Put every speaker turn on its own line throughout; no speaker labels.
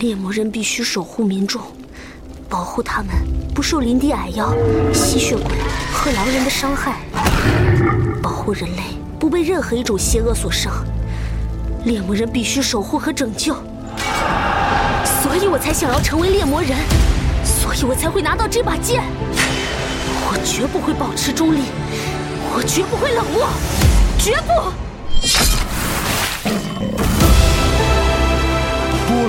猎魔人必须守护民众，保护他们不受林地矮妖、吸血鬼和狼人的伤害，保护人类不被任何一种邪恶所伤。猎魔人必须守护和拯救，所以我才想要成为猎魔人，所以我才会拿到这把剑。我绝不会保持中立，我绝不会冷漠，绝不。
波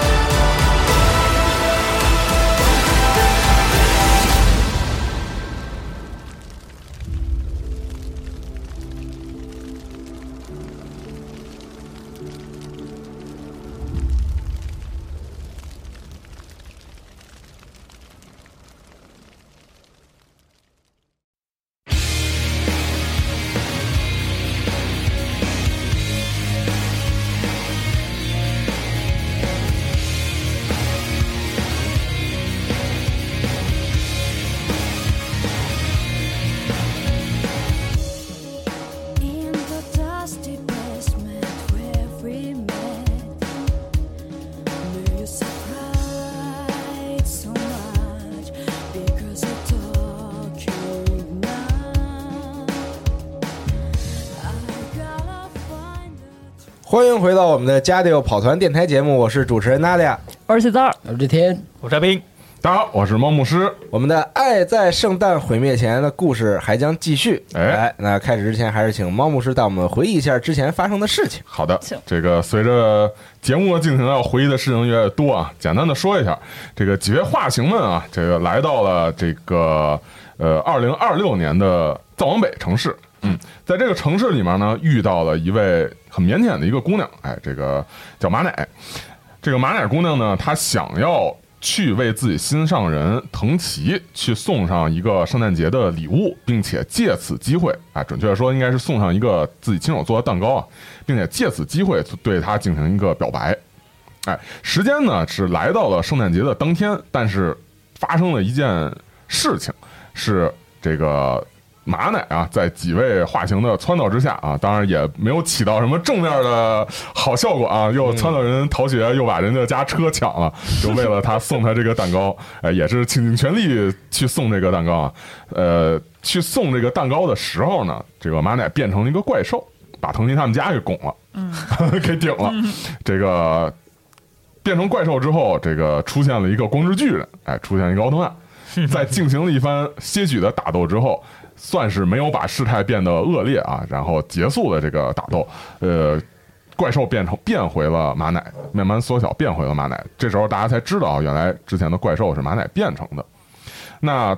In the dusty basement where we met, knew you surprised so much because you talk you now. I gotta find the
欢迎回到我们的加六跑团电台节目，我是主持人娜俩。
而且在
我这天
我是阿兵，
大家好，我是猫牧师。
我们的《爱在圣诞毁灭前》的故事还将继续。
哎
来，那开始之前，还是请猫牧师带我们回忆一下之前发生的事情。
好的
行，
这个随着节目的进行，要回忆的事情越来越多啊。简单的说一下，这个几位画形们啊，这个来到了这个呃二零二六年的藏王北城市。嗯，在这个城市里面呢，遇到了一位很腼腆的一个姑娘，哎，这个叫马奶。这个马奶姑娘呢，她想要去为自己心上人藤崎去送上一个圣诞节的礼物，并且借此机会啊，准确的说应该是送上一个自己亲手做的蛋糕啊，并且借此机会对她进行一个表白。哎，时间呢是来到了圣诞节的当天，但是发生了一件事情，是这个马奶啊，在几位化形的撺掇之下啊，当然也没有起到什么正面的好效果啊，又撺掇人逃学，又把人家家车抢了， 就为了他送他这个蛋糕， 哎，也是倾尽全力去送这个蛋糕啊，呃，去送这个蛋糕的时候呢，这个马奶变成了一个怪兽，把藤吉他们家给拱了，嗯，给顶了， 这个变成怪兽之后，这个出现了一个光之巨人，哎，出现了一个奥特曼，在进行了一番些许的打斗之后，算是没有把事态变得恶劣啊，然后结束了这个打斗，呃。怪兽变成变回了马奶，慢慢缩小变回了马奶。这时候大家才知道啊，原来之前的怪兽是马奶变成的。那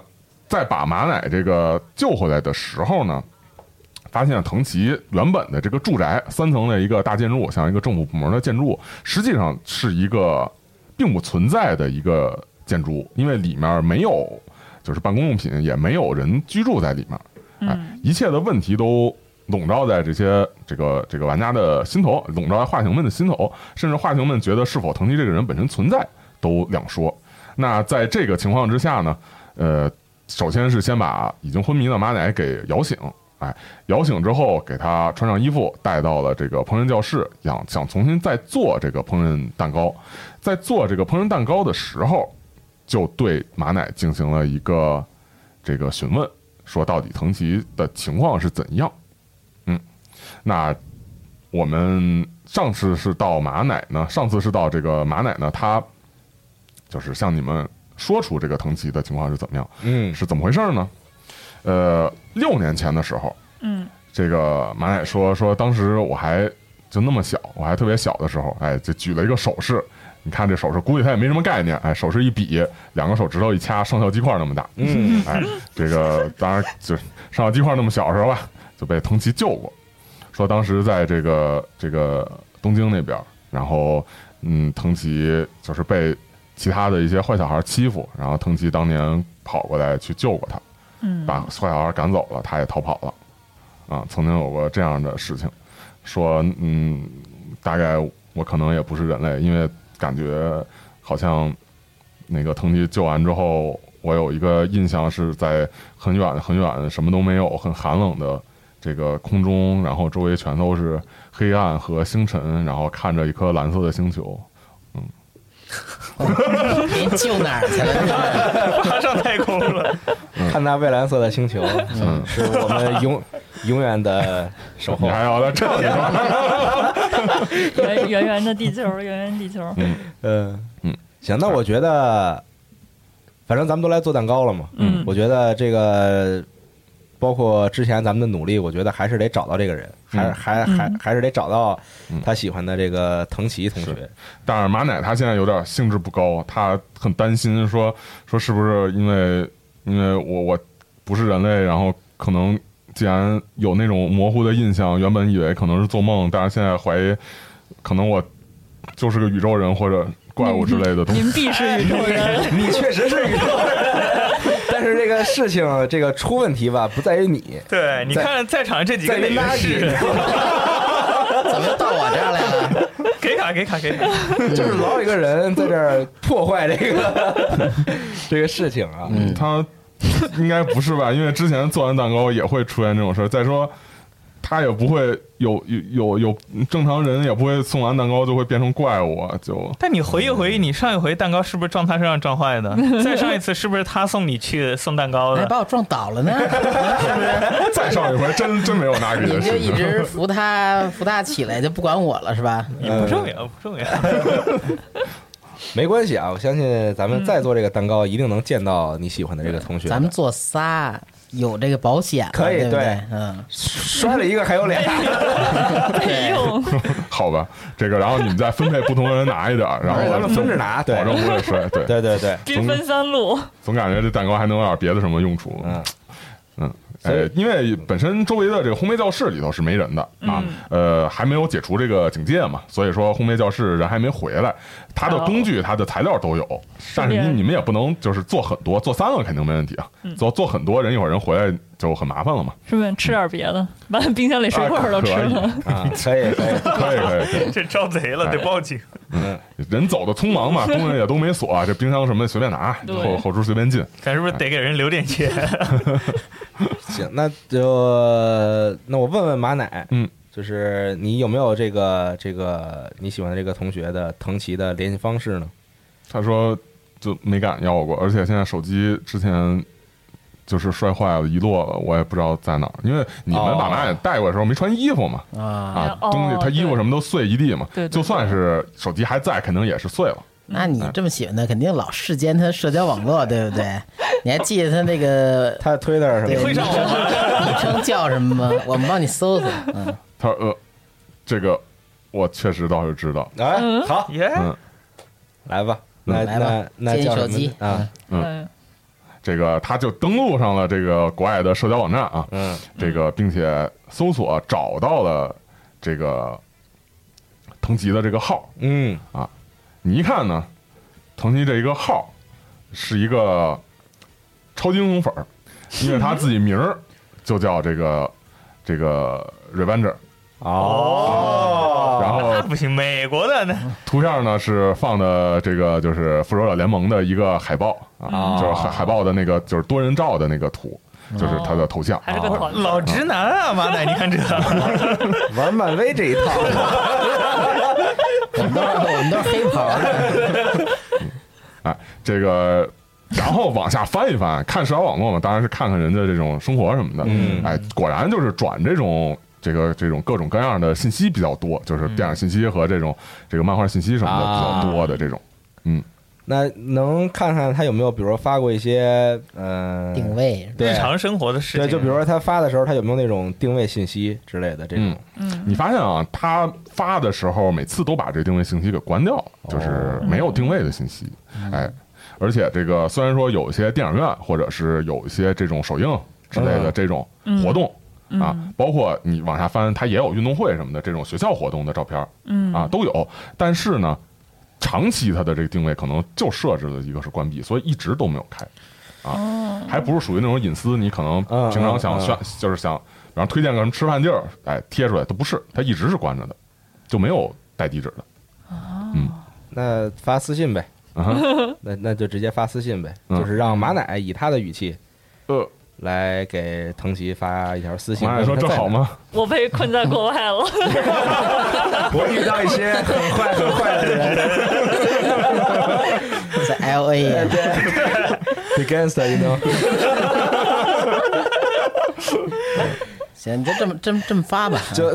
在把马奶这个救回来的时候呢，发现藤崎原本的这个住宅三层的一个大建筑，像一个政府部门的建筑物，实际上是一个并不存在的一个建筑物，因为里面没有就是办公用品，也没有人居住在里面。哎，一切的问题都笼罩在这些这个这个玩家的心头，笼罩在画形们的心头，甚至画形们觉得是否藤崎这个人本身存在都两说。那在这个情况之下呢，呃，首先是先把已经昏迷的马奶给摇醒，哎，摇醒之后给他穿上衣服，带到了这个烹饪教室，想想重新再做这个烹饪蛋糕。在做这个烹饪蛋糕的时候，就对马奶进行了一个这个询问，说到底藤崎的情况是怎样？嗯，那我们上次是到马奶呢，上次是到这个马奶呢，他就是向你们说出这个藤崎的情况是怎么样，
嗯，
是怎么回事呢？呃，六年前的时候，
嗯，
这个马奶说说当时我还就那么小，我还特别小的时候，哎，就举了一个手势。你看这手势，估计他也没什么概念。哎，手势一比，两个手指头一掐，上校鸡块那么大。
嗯，
哎，这个当然就是上校鸡块那么小的时候吧，就被藤崎救过。说当时在这个这个东京那边儿，然后嗯，藤崎就是被其他的一些坏小孩欺负，然后藤崎当年跑过来去救过他，嗯，把坏小孩赶走了，他也逃跑了。啊，曾经有过这样的事情，说嗯，大概我可能也不是人类，因为感觉好像那个藤吉救完之后，我有一个印象是在很远很远什么都没有、很寒冷的这个空中，然后周围全都是黑暗和星辰，然后看着一颗蓝色的星球。
您救哪儿去了？
爬上太空了。
看那蔚蓝色的星球，
嗯，
是我们永永远的守
你
候。
还要在这里吗？
圆圆圆的地球，圆圆地 球。
嗯
嗯，
行，那我觉得，反正咱们都来做蛋糕了嘛。
嗯
我觉得这个包括之前咱们的努力，我觉得还是得找到这个人，还是
嗯
还还
嗯
还是得找到
嗯
他喜欢的这个藤崎同学
是。但是马奶他现在有点兴致不高，他很担心说说是不是因为因为我我不是人类，然后可能既然有那种模糊的印象，原本以为可能是做梦，但是现在怀疑可能我就是个宇宙人或者怪物之类的东西。
您必是宇宙人，
你 确实是宇宙人，但是这个事情这个出问题吧，不在于你，
对，你看在场这几
在
个
于垃
哪个
圾
是？。
怎么到我这儿来了？
给卡给卡给卡！
就是老有一个人在这儿破坏这个这个事情啊。
嗯，
他应该不是吧？因为之前做完蛋糕也会出现这种事儿。再说，他也不会有有有有正常人也不会送完蛋糕就会变成怪物啊， 就
但你回忆回忆，你上一回蛋糕是不是撞他身上撞坏的？再上一次是不是他送你去送蛋糕
哎
还
的？
把我撞倒了呢，是不是？
再上一回真真没有拿给
你
的
们就
事
一
情。
直扶他扶他起来，就不管我了是吧？
也
呃
不重要，不重要。
没关系啊，我相信咱们再做这个蛋糕，一定能见到你喜欢的这个同学的。
嗯咱们做仨有这个保险了，
可以
对不对
对？
嗯，
摔了一个还有俩，
哎呦，
好吧，这个然后你们再分配不同的人拿一点儿，
而
然后
且咱们分着拿，对
嗯
保证不会摔。对，
嗯对对对，
兵分三路，
总感觉这蛋糕还能有点别的什么用处。
嗯
嗯，
所
哎
以，
因为本身周围的这个烘焙教室里头是没人的
嗯
啊，呃，还没有解除这个警戒嘛，所以说烘焙教室人还没回来，他的
哦
工具、他的材料都有，但是
顺便
你你们也不能就是做很多，做三个肯定没问题啊，
嗯
做做很多人一会儿人回来就很麻烦 了嘛。
顺便吃点别的，把冰箱里水果都吃了。
啊，可以可以，
可以可以，可以
这招贼
哎
了，得报警。
人走的匆忙嘛，工人也都没锁、啊这冰箱什么的随便拿，
对
后后厨随便进。
咱是不是得给人留 点钱？
行，那就那我问问马奶，
嗯，
就是你有没有这个这个你喜欢的这个同学的藤崎的联系方式呢？
他说就没敢要过，而且现在手机之前就是摔坏了，遗落了，我也不知道在哪儿。因为你们
哦
把马眼带过来的时候没穿衣服嘛，
啊，
啊，
哦
东西他衣服
对
什么都碎一地嘛，
对对
就算是手机还在，肯定也是碎了。
那你这么喜欢他，肯定老世间他社交网络，对不对？你还记得他那个
他的 Twitter 什
对
么
会
的？
上
昵称昵称叫什么吗？我们帮你搜搜。嗯，
他说呃，这个我确实倒是知道，
哎，好，
耶，
嗯，
来吧，那
来吧
那那
借你
叫
手
什么
机
啊？
嗯，
这个他就登录上了这个国外的社交网站啊，
嗯，
这个并且搜索找到了这个藤吉的这个号，
嗯，
你一看呢，腾讯这一个号是一个超级英雄粉儿，因为他自己名儿就叫这个这个 Revenger，啊
哦，
然后
那不行，美国的那
图片呢是放的这个就是复仇者联盟的一个海报啊，
哦
就是海海报的那个就是多人照的那个图，就是他的头像。
还是个团
老直男啊，马奶，你 看这，
哎玩漫威这一套，
我们都是我们都是黑袍的，
哎，这个，然后往下翻一翻，看社交网络嘛，当然是看看人家这种生活什么的。
嗯
哎，果然就是转这种这个这种各种各样的信息比较多，就是电影信息和这种这个漫画信息什么的
嗯啊
比较多的这种。
那能看看他有没有，比如说发过一些呃
定位
对
日常生活的事
对，
情，
就比如说他发的时候，他有没有那种定位信息之类的这种
嗯？你发现啊，他发的时候每次都把这个定位信息给关掉了，就是没有定位的信息。哎，而且这个虽然说有一些电影院或者是有一些这种首映之类的
嗯
这种活动。啊，包括你往下翻，它也有运动会什么的这种学校活动的照片儿，
嗯
啊都有。但是呢，长期它的这个定位可能就设置了一个是关闭，所以一直都没有开，啊，还不是属于那种隐私，你可能
嗯
平常想
嗯嗯
炫，就是想， 然后推荐个什么吃饭地儿，哎，贴出来都不是，它一直是关着的，就没有带地址的。嗯
那发私信呗，
啊哈，
那那就直接发私信呗，
嗯
就是让马奶以他的语气
呃，
来给藤崎发一条私信。
马奶说这好？吗？
我被困在国外了，
我遇到一些很坏很坏的人
在 L A 啊
，against you know。
行，你就这么这么这么发吧。
就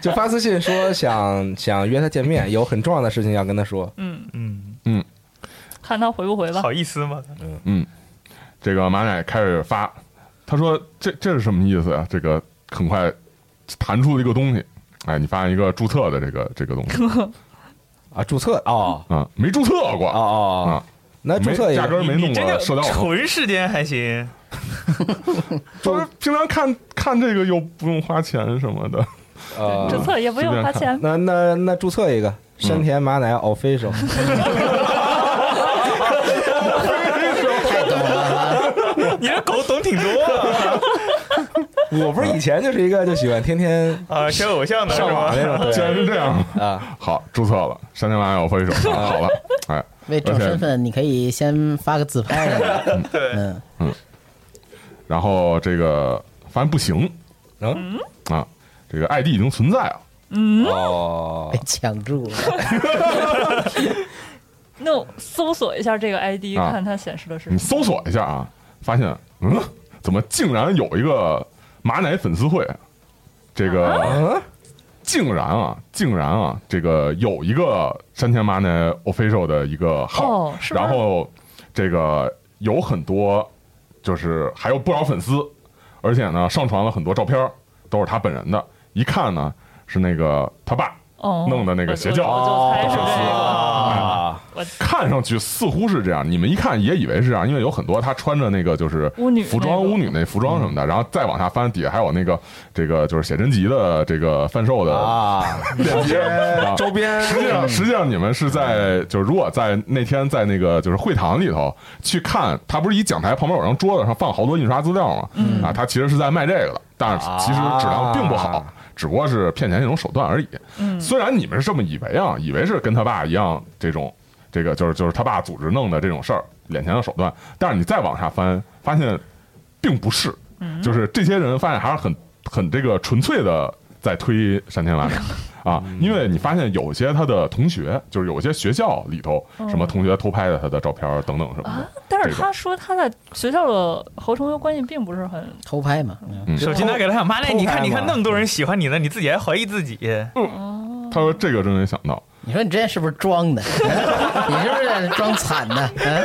就发私信说想想约他见面，有很重要的事情要跟他说。
嗯，
看他回不回吧。
好意思吗？
这个马奶开始发，他说这这是什么意思啊？这个很快弹出了一个东西，哎，你发现一个注册的这个这个东 西
啊，注册哦
啊，没注册过
哦哦，哦
啊，
那注
没
册也
压根儿没弄
你真
过
的
社交网络。
纯时间还行，
就是平常看看这个又不用花钱什么的，
呃，
注册也不用花钱，
那那那注册一个山田马奶 official，
太懂了，啊
你这狗懂挺多啊，
我不是以前就是一个就喜欢天天
啊，是偶像的是
上
吧
网？那种，
竟然
对
是这样。
啊，
好，注册了，山田麻友挥手，好了，哎，
为找身份，你可以先发个自拍什么的。
对，
嗯，
然后这个发现不行
嗯，
啊，这个 ID 已经存在了，
哦
被，抢注了。
那我搜索一下这个 ID，
啊
看它显示的是
你
什
搜索一下啊，发现嗯，怎么竟然有一个马奶粉丝会？这个
啊
嗯，
竟然啊，竟然啊，这个有一个山田麻奶 official 的一个
么。
号，
哦，是吗
然后这个有很多，就是还有不少粉丝，而且呢上传了很多照片儿，都是他本人的，一看呢是那个他爸，
哦
弄的那个邪教
我就我就猜是这个。
啊，
看上去似乎是这样，你们一看也以为是这样，因为有很多他穿着那个就是
巫女那个
服装、巫女那服装什么的，然后再往下翻，底下还有那个这个就是写真集的这个贩售的
啊，
链接。啊
周边
实际上，实际上你们是在就是如果在那天在那个就是会堂里头去看，他不是一讲台旁边有张桌子上放好多印刷资料吗？啊，他其实是在卖这个的，但是其实质量并不好
啊，
只不过是骗钱一种手段而已。虽然你们是这么以为啊，以为是跟他爸一样这种这个就是就是他爸组织弄的这种事儿，敛钱的手段，但是你再往下翻，发现并不是，
嗯
就是这些人发现还是很很这个纯粹的在推山 田麻里啊，因为你发现有些他的同学，就是有些学校里头什么同学偷拍的他的照片儿等等什么的
嗯啊，但是
这种
他说他在学校的和同学关系并不是很
偷拍嘛，嗯
嗯
手机拿给他看，妈嘞，
偷拍嗯
你看你
嘛
看那么多人喜欢你呢，你自己还怀疑自己，
他说这个真没想 到，
你说你之前是不是装的？ 你是不是装惨的？嗯，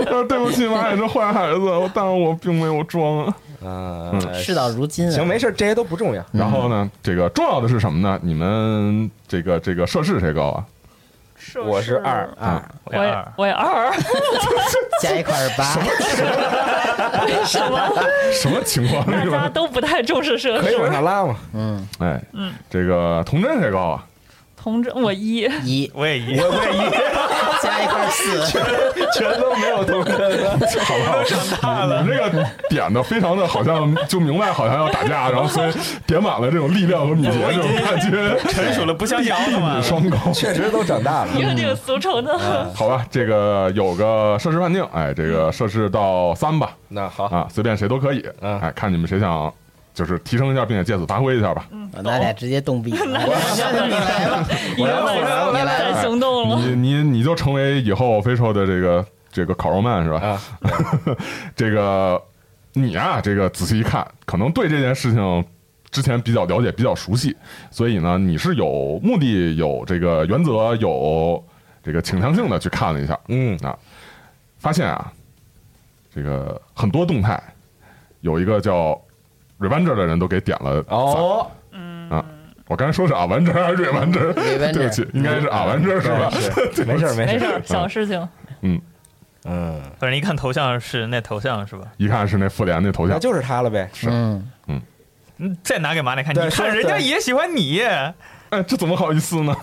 他说对不起，妈，你是坏孩子，我但是我并没有装啊。
嗯，
事到如今啊，
行，没事，这些都不重要。
然后呢，这个重要的是什么呢？你们这个这个涉事谁高啊？
我是二，
啊，
我
我也
二，
我也二，
加一块儿八，
什么？
什么情况？
大
这
家
个
都嗯不太重视社
可以往
事。
上拉嘛？
哎，这个童真谁高啊？
童真，我一，
一
我也一，
我我也一
加一块儿四，
全都没有同根了。
好吧，你这个点的非常的好像就明白好像要打架，然后所以点满了这种力量和敏捷这种感觉，
纯属了不相信奥特曼了。
双高。
确实都长大了。
一个这个俗称 的，
好吧，这个有个设置判定，哎，这个设置到三吧，
那好，
啊，随便谁都可以，
嗯
哎，看你们谁想就是提升一下，并且借此发挥一下吧。
我哦那俩直接冻毙 了。你来吧，
已经
我来我来我来
在行动了。
你你你就成为以后 official 的这个这个烤肉曼是吧？
啊，
这个你啊，这个仔细一看，可能对这件事情之前比较了解、比较熟悉，所以呢，你是有目的、有这个原则、有这个倾向性的去看了一下，
嗯
啊，发现啊，这个很多动态有一个叫 Revanger 的人都给点了赞。
哦，
我刚才说是啊完 v 还是 Revanger？
Revanger
对不起，
嗯
应该是啊完 v 是吧？
是没事儿没
没
事
事
儿，
儿，小事情。
嗯，
反正一看头像是那头像是吧？
一看是那复联那头
那
像，
就是他了呗。
嗯，
嗯，再拿给马奶看，
对
你看
是
人家
对啊
也喜欢你，
哎，这怎么好意思 呢？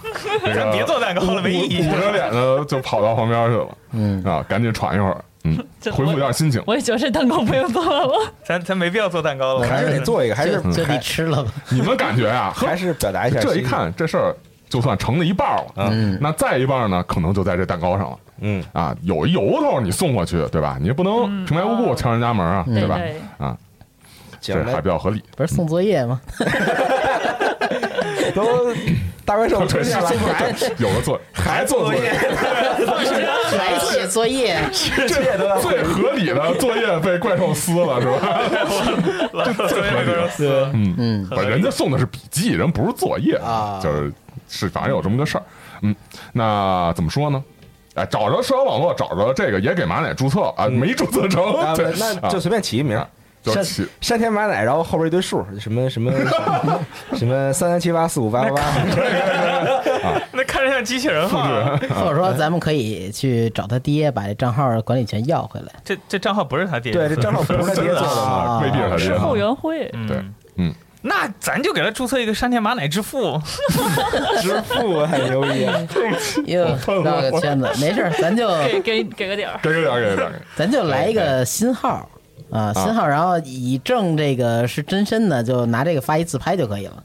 这个
咱别做蛋糕了，没意义
捂。着脸呢就跑到旁边去了，嗯啊，赶紧喘一会儿，嗯，
这
恢复一下心情。
我也觉得这蛋糕不用做了，
咱咱没必要做蛋糕了，
还是得做一个，还是
就就地
还
吃了吧。
你们感觉啊，呵
还是表达一下。
这一，看这事儿就算成了一半了。嗯，那再一半呢，可能就在这蛋糕上了。
嗯，
啊，有一由头你送过去，对吧？你不
嗯
能平白无
哦
故敲人家门啊，
对
吧？
对，
啊，
行
这还
那
比较合理。
不是送作业 吗？
都大怪兽
可
吹
惜
下来
送过
还
去有了做哦还做作业，
还写 作业，
啊这都要
最合理的作业被怪兽撕了是 吧？
所以那个
对
嗯
嗯，
不人家送的是笔记，人不是作业
啊
就是是反正有这么个事儿。嗯，那怎么说呢？哎，找着社交网络，找着这个也给马奶注册啊，没注册成，
嗯啊，
对，
那就
啊
随便起一名
啊。就
山
起
山田马奶，然后后边一堆数，什么什么 什么三三七八四五八八 八，
那看着像机器人
啊
号，
或者说咱们可以去找他爹，把这账号管理权要回来。
这这账号不是他爹，
对，这账号不是他爹做的嘛？
啊
未必是他爹
是
啊
后援会，
嗯
对，嗯，
那咱就给他注册一个山田马奶之父，
支付很啊牛 逼，
又嗯绕个圈子，没事儿，咱就
给给给个点儿，
给给点，给给点，
咱就来一个新号啊，新号，然后以证这个是真身的，就拿这个发一自拍就可以了。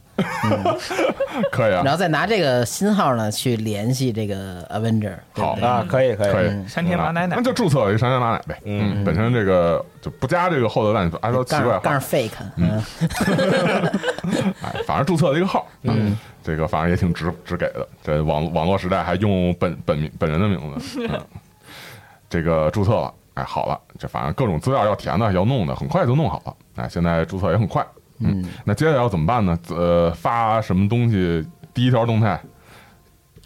可以
然
啊，
后再拿这个新号呢去联系这个 Avenger，对不
好
对
啊，可以可
可
以，
以。
山田马奶奶
那。就注册一山田马奶呗。嗯，本身这个就不加这个后头烂，
嗯
按照奇怪
杠
的话
杠 fake，嗯，
哎，反正注册了一个号，嗯，这个反正也挺直直给的。这网网络时代还用本本名本人的名字，嗯，这个注册了，哎，好了，这反正各种资料要填的要弄的，很快就弄好了。哎，现在注册也很快，嗯，那接下来要怎么办呢？呃，发什么东西？第一条动态，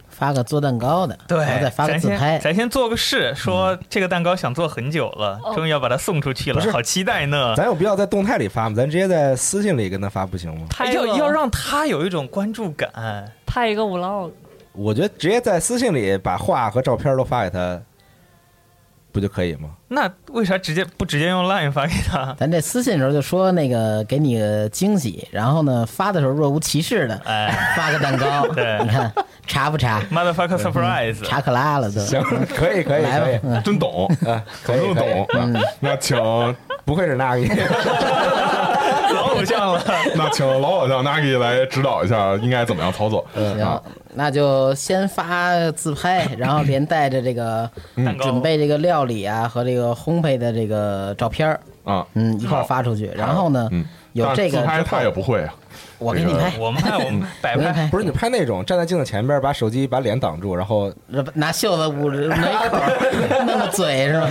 发个做蛋糕的，
对，
然后再发个
咱
自
先
拍，
咱先做个试，说这个蛋糕想做很久了，终于要把它送出去了
不，是
好期 待呢。
咱有必要在动态里发吗？咱直接在私信里跟他发不行吗？
拍
要
个
要让他有一种关注感，
拍一个 vlog，
我觉得直接在私信里把话和照片都发给他，不就可以吗？
那为啥直接不直接用 Line 发给 他？
咱这私信的时候就说那个给你个惊喜，然后呢发的时候若无其事的
哎
发个蛋糕，
对
你看查不查？
，motherfucker surprise，
查克拉了都，
行， 可以可以可
来
以
吧，，嗯
真 懂，
啊，可
真
以可
懂
以，。
嗯那 请
不愧是那个，
老偶像了。
那请老偶像 Nagi 来指导一下，应该怎么样操作？啊
行，那就先发 自拍，然后连带着这个
嗯
嗯
蛋糕
准备这个料理啊和这个烘焙的这个照片儿，
啊，
嗯，一块儿
好
发出去。然后呢
嗯，
有这
但是
个
自拍
之
他也
后，
不会啊，
我给你拍，
我们拍，我们摆
嗯我给你
拍，
拍，
不是你拍那种站在镜子前边，把手机把脸挡住，然 后
拿袖子 捂着门口儿，弄个嘴是吧？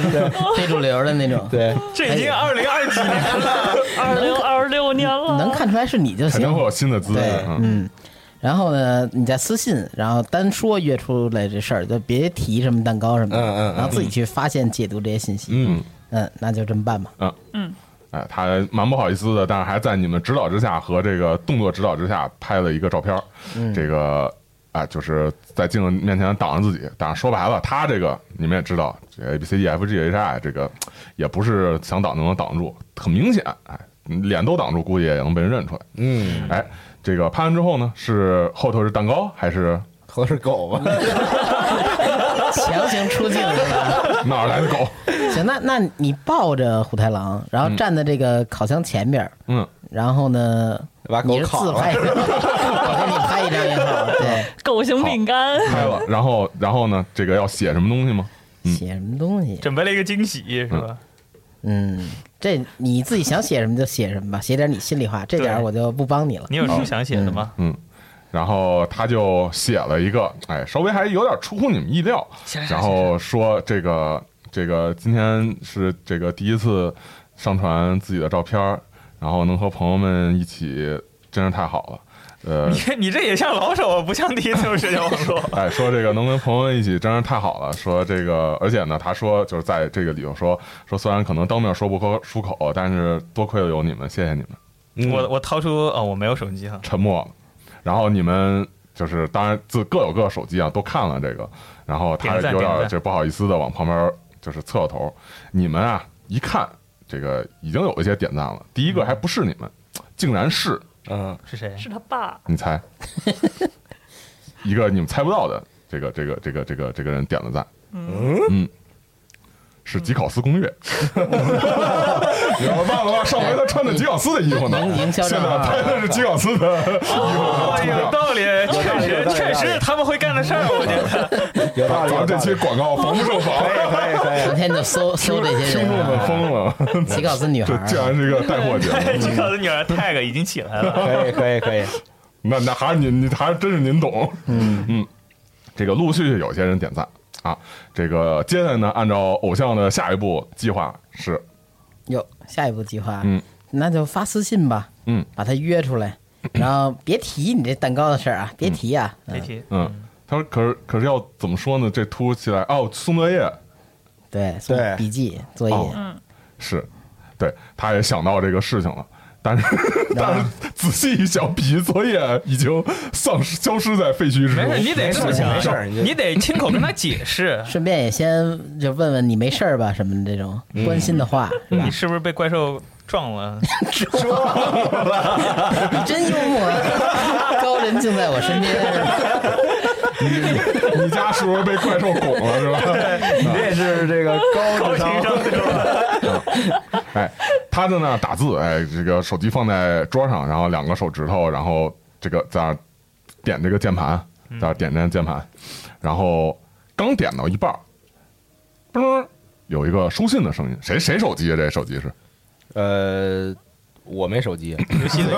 非主流的那种，
对，
这已经二零二几年了，
二零二六年了，
能看出来是你就
肯定
行
会。有新的资
对
源。，嗯
嗯。然后呢，你再私信，然后单说约出来这事儿，就别提什么蛋糕什么的，
嗯嗯嗯
然后自己去发现解读这些信息。
嗯，
嗯，那就这么办吧。
啊，嗯，哎，他蛮不好意思的，但是还在你们指导之下和这个动作指导之下拍了一个照片儿，这个。啊，就是在镜子面前挡着自己，当然说白了，他这个你们也知道，这 A B C D F G H I 这个也不是想挡就能挡住，很明显，哎，脸都挡住，估计也能被人认出来。
嗯，
哎，这个拍完之后呢，是后头是蛋糕还是
可能是狗 吧？
强行出镜是吧？
哪儿来的狗？
行，那那你抱着虎太郎，然
嗯
后站在这个烤箱前边儿，
嗯，
然后呢，
把狗
你是
烤
自
了
拍， 我给你拍一张也好，对，
狗型饼干，
拍了，然后然后呢，这个要写什么东西吗？
嗯
写什么东西？
准备了一个惊喜，是吧？
嗯，这你自己想写什么就写什么吧，写点你心里话，这点儿
对
我就不帮你了。
你有什么想写的吗？
然后他就写了一个，哎，稍微还有点出乎你们意料
行，
然后说这个这个今天是这个第一次上传自己的照片儿，然后能和朋友们一起，真是太好了。呃，
你你这也像老手，不像第一次用社交网络。
哎，说这个能跟朋友们一起真是太好了。说这个，而且呢，他说就是在这个里头说说，虽然可能当面说不出出口，但是多亏了有你们，谢谢你们。
嗯
我我掏出哦，我没有手机哈，
沉默了。然后你们就是当然自各有各手机啊，都看了这个，然后他
点赞
有
点
点
赞
这不好意思的往旁边就是侧头。你们啊一看这个已经有一些点赞了，第一个还不是你们，竟然是
嗯，
是谁？
是他爸，
你猜一个你们猜不到的这个这个这个这个这个人点了赞，嗯是吉考斯攻略。你要忘了吧？上回他穿的吉奥斯的衣服呢，
营营销
现在
账号
拍的是吉奥斯的衣服
哦，
的
有
图
道理，确
有
实
道理
确
有道
实
理
他们会干的事儿，我觉得。
有道 理，
像。咱
有
们这
道
期
理。
广告防不胜防，
可以 可以
整天就搜搜这些
听
人
众们
啊，
疯了，
吉奥斯 女孩
这
儿
竟
啊，
然是一个带货节目。
这个女儿 tag 已经起 来了，
可以可以可以，
那那还是您，你还是真是您懂。嗯嗯，这个陆续有些人点赞啊。这个接下来呢，按照偶像的下一步计划是，
哟，下一步计划，
嗯，
那就发私信吧，
嗯，
把他约 出来，然后别提你这蛋糕的事儿啊，别提啊，
这
嗯，
题
嗯，他说可是可是要怎么说呢？这突如其来哦，送作业
对，送
对
笔记作业，，
哦是，对，他也想到这个事情了。但是，但是仔细一想，笔记作业已经丧失、消失在废墟之中。
没事，你得这么想，
没事儿你就
你得亲口跟他解释
顺便也先就问问你没事儿吧什么这种
嗯
关心 的话，是吧
你？是不是被怪兽撞了？
你真幽默，啊 高人竟在我身边。
你家是不是被怪兽拱了，是吧？
你这是这个高智商，
哎，他在那儿打字，哎，这个手机放在桌上，然后两个手指头，然后这个在那儿点这个键盘，在那儿点这键盘，然后刚点到一半儿，嘣，有一个收信的声音，谁谁手机啊？这手机是
呃，我没手 机，
游戏的，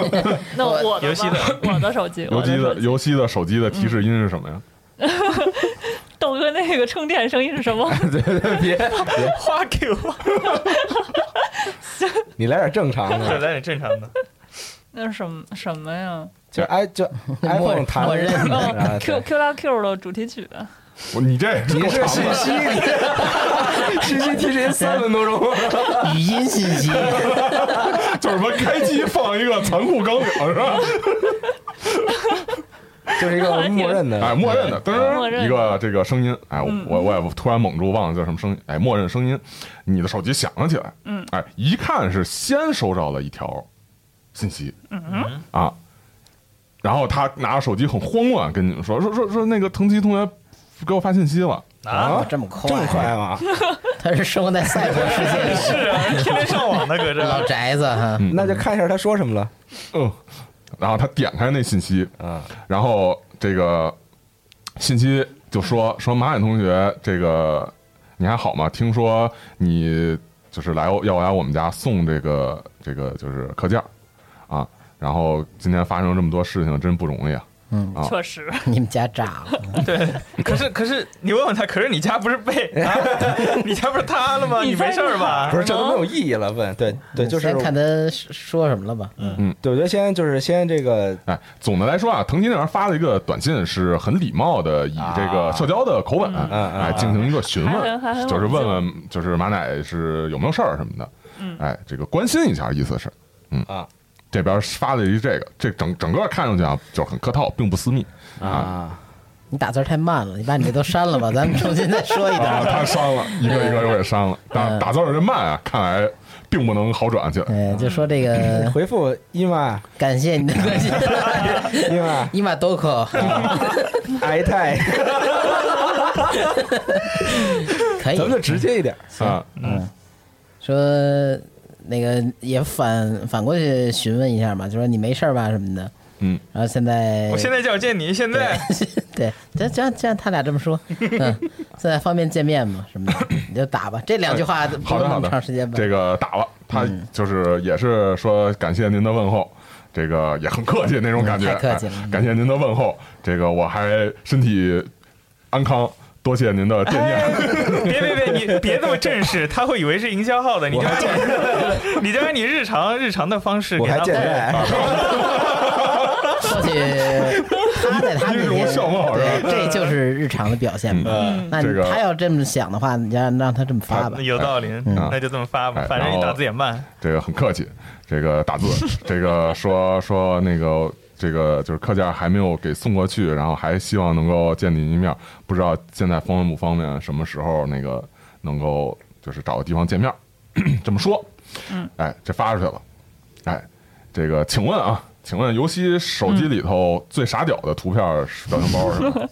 那我的
游戏
吧我的手机，
游
我
戏的
手机
游戏的手机的提示音是什么呀？
豆哥那个充电声音是什么？
对对对，别
花 Q，
你来点正常
对，
的，
来点正常的。
那是什么什么呀
就是 i 就哎 iPhone 弹
默认的
啊对
？Q Q 拉 Q 的主题曲，
我你这也是
你
够
是
长
信
的，
息，信息提示音三分多钟，
语音信息，
就是什么开机放一个残酷纲领是吧？
就是一个默认 的，
哎，默认的，
默
噔，
认
一个这个声音，哎，我我我也突然蒙住，忘了叫什么声音，哎，默认声音，你的手机响了起来，嗯，哎，一看是先收到了一条信息，嗯啊，然后他拿着手机很慌乱跟你们说，说说说那个藤崎同学给我发信息了，
哦
啊，
这么快，
这么快啊吗？
他是生活在赛博世界里
是啊， 天天上网的搁
的 老
这，
宅子哈，
那就看一下他说什么了。
嗯，然后他点开那信息，
啊，
然后这个信息就说说马远同学，这个你还好吗？听说你就是来要来我们家送这个这个就是课件儿啊，然后今天发生这么多事情，真不容易啊。哦
确实，
你们家炸了，
对。可是可是你问问他，可是你家不是被， 啊你家不是塌了吗？
你
你没事儿吧
不？是，这都没有意义了。问，对对，就是
嗯先看他说什么了吧。
对，我觉得先就是先这个
哎，总的来说啊，腾讯那边发了一个短信，是很礼貌的，以这个社交的口吻，
啊嗯
哎，进行一个询
还很还
问，
很
就是问
冷
问，就是马奶是有没有事儿什么的，
嗯
哎，这个关心一下，意思是，嗯
啊，
这边发了一这个，这整整个看上去啊，就是很客套，并不私密啊。
啊，
你打字儿太慢了，你把你这都删了吧，咱们重新再说 一
啊，
遍。
他删了一个一个又给删了，打
嗯
打字儿这慢啊，看来并不能好转起来。
嗯，就说这个，
回复伊玛
感谢你的关心。
伊玛
伊玛多嗯可
哀泰，
可以
咱们就直接一点。
啊，
说那个也反反过去询问一下嘛，就说你没事儿吧什么的。
嗯，
然后现在
我现在就想见你，现在
对，这这这样他俩这么说，嗯，现在方便见面嘛什么的，你就打吧。这两句话不
好的
用那
好
么
的，
长时间吧？嗯
这个打了，他就是也是说感谢您的问候，这个也很客气那种感觉，
嗯太客气了
哎感谢您的问候，这个我还身体安康，多谢您的惦
哎
念。
别别别，你别这么正式，他会以为是营销号的。你就按 你，你就按你日常日常的方式
我
给
还
他
健
问。
在，
或许他在他面
音容
前，
笑貌是吧
对，这就是日常的表现嘛。
嗯
那你
这个
他要这么想的话，你就让让他这么发吧。
有道理，
嗯
那就这么发吧
哎，
反正
然
你
后
打字也慢。
这个很客气，这个打字，这个说说那个这个就是课件还没有给送过去，然后还希望能够见您一面，不知道现在方便不方便，什么时候那个能够就是找个地方见面，这么说，嗯，哎，这发出去了，哎，这个请问啊，请问尤西手机里头最傻屌的图片是表情包是什么？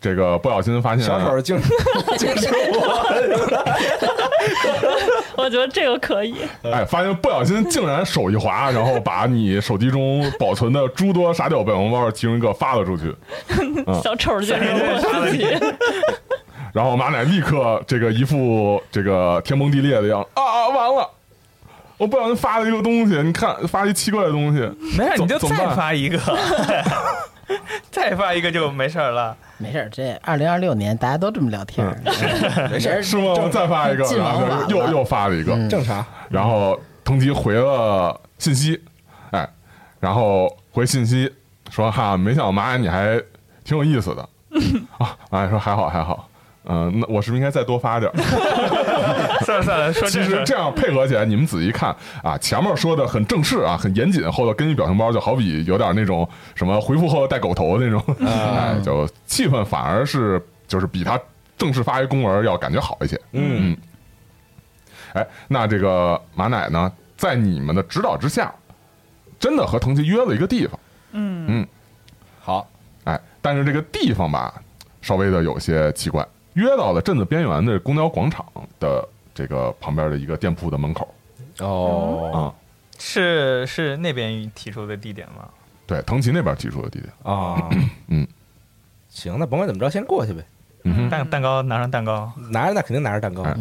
这个不小心发现
小丑竟竟是我，
我觉得这个可以。
哎，发现不小心竟然手一滑，然后把你手机中保存的诸多傻屌本红包其中一个发了出去，
小丑竟然我自己，
然后马奶立刻这个一副这个天崩地裂的样子啊啊，完了！我不小心发了一个东西，你看发一奇怪的东西，
没事，
怎
你就
怎么
再
办
发一个，再发一个就没事儿了。
没事儿，这二零二六年大家都这么聊天儿，
没 事儿，
是吗？嗯我再发一个，
进
然
网
后
吧
又
了
又又发了一个，
正常。
然后腾吉回了信息，哎，然后回信息说哈，没想到马雅你还挺有意 思的啊，马雅说还好还好，嗯、那我是不是应该再多发 点儿？
算了算了，说
其
这
实
事
这样配合起来，你们仔细看啊，前面说的很正式啊，很严谨，后头跟一表情包就好比有点那种什么回复后带狗头的那种，
啊
哎，就气氛反而是就是比他正式发一公文要感觉好一些。嗯，哎，那这个马奶呢，在你们的指导之下，真的和藤崎约了一个地方，
好，
哎，但是这个地方吧，稍微的有些奇怪，约到了镇子边缘的公交广场的这个旁边的一个店铺的门口。
哦
啊、
是是那边提出的地点吗？
对，藤崎那边提出的地点。
啊，
嗯，
行，那甭管怎么着，先过去呗。
嗯哼，
蛋蛋糕拿上蛋糕，
拿着那肯定拿着蛋糕。
哎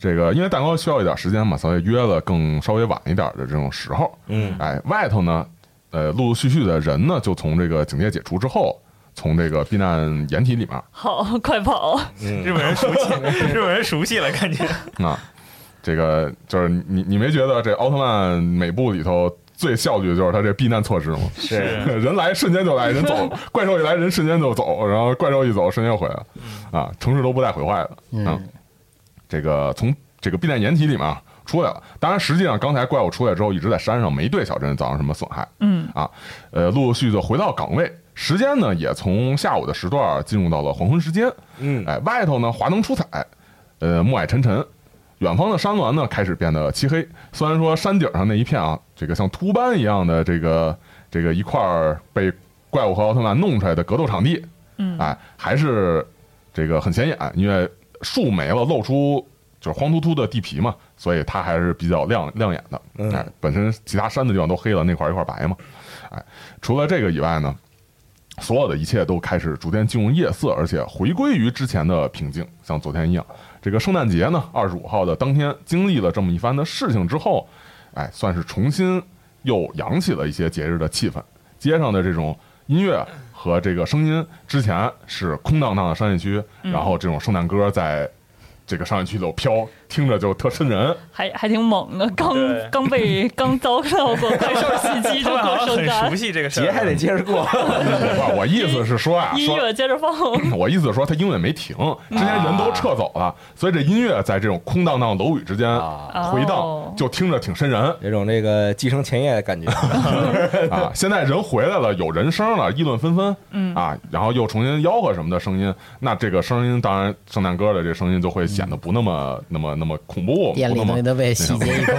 这个因为蛋糕需要一点时间嘛，所以约了更稍微晚一点的这种时候。
嗯
哎，外头呢，呃，陆陆续续的人呢，就从这个警戒解除之后，从这个避难掩体里面
好，快跑！
嗯
日本人熟 悉，日本人熟悉了，感觉
啊，这个就是你你没觉得这奥特曼每部里头最效率的就是他这避难措施吗？
是
人来瞬间就来，人走怪兽一来人瞬间就走，然后怪兽一走瞬间就回来了，啊，城市都不带毁坏的，嗯，这个从这个避难掩体里面啊出来了，当然实际上刚才怪物出来之后一直在山上，没对小镇造成什么损害，嗯，啊，呃，陆陆续续的回到岗位。时间呢，也从下午的时段进入到了黄昏时间。
嗯
哎，外头呢华灯初彩，呃，暮霭沉沉，远方的山峦呢开始变得漆黑。虽然说山顶上那一片啊，这个像秃斑一样的这个这个一块儿被怪物和奥特曼弄出来的格斗场地，嗯，
啊
哎，还是这个很显眼，因为树没了，露出就是光秃秃的地皮嘛，所以它还是比较亮亮眼的。
嗯
哎，本身其他山的地方都黑了，那块儿一块儿白嘛。哎，除了这个以外呢，所有的一切都开始逐渐进入夜色，而且回归于之前的平静，像昨天一样。这个圣诞节呢，二十五号的当天，经历了这么一番的事情之后，哎，算是重新又扬起了一些节日的气氛。街上的这种音乐和这个声音，之前是空荡荡的商业区，然后这种圣诞歌在这个商业区里头飘，听着就特瘆 人。
还还挺猛的，刚
对
刚被刚遭到过怪兽袭 击就
他们
过
好像
圣
很熟
诞，
悉这个事儿。
节还得接着过。
不是我意思是说啊，
音
说
乐接着放。
我意思是说，他音乐没停，之前人都撤走了，所以这音乐在这种空荡荡楼宇之间
啊
回荡，
哦
就听着挺瘆人
有种这个寄生前夜的感觉，
啊。现在人回来了，有人声了，议论纷纷，
嗯
啊，然后又重新吆喝什么的声音，那这个声音当然圣诞歌的这声音就会显得不那么、那么那么恐怖，
店
不
里
那
东
么
西都被洗劫一空，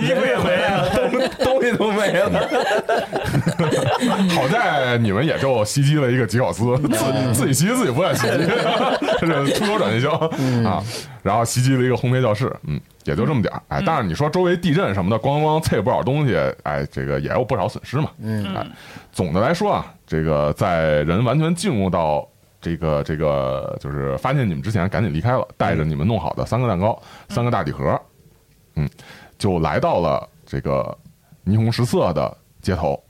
衣服也回来了，
东西都没了。
好在你们也就袭击了一个吉考斯，自自己袭击自己不敢袭击，这是出手转内销啊。然后袭击了一个烘焙教室，嗯，也就这么点儿。哎，但是你说周围地震什么的，咣咣碎不少东西，哎，这个也有不少损失嘛。嗯，哎，总的来说啊，这个在人完全进入到。这个这个就是发现你们之前赶紧离开了，带着你们弄好的三个蛋糕、三个大礼盒，嗯，就来到了这个霓虹十色的街头。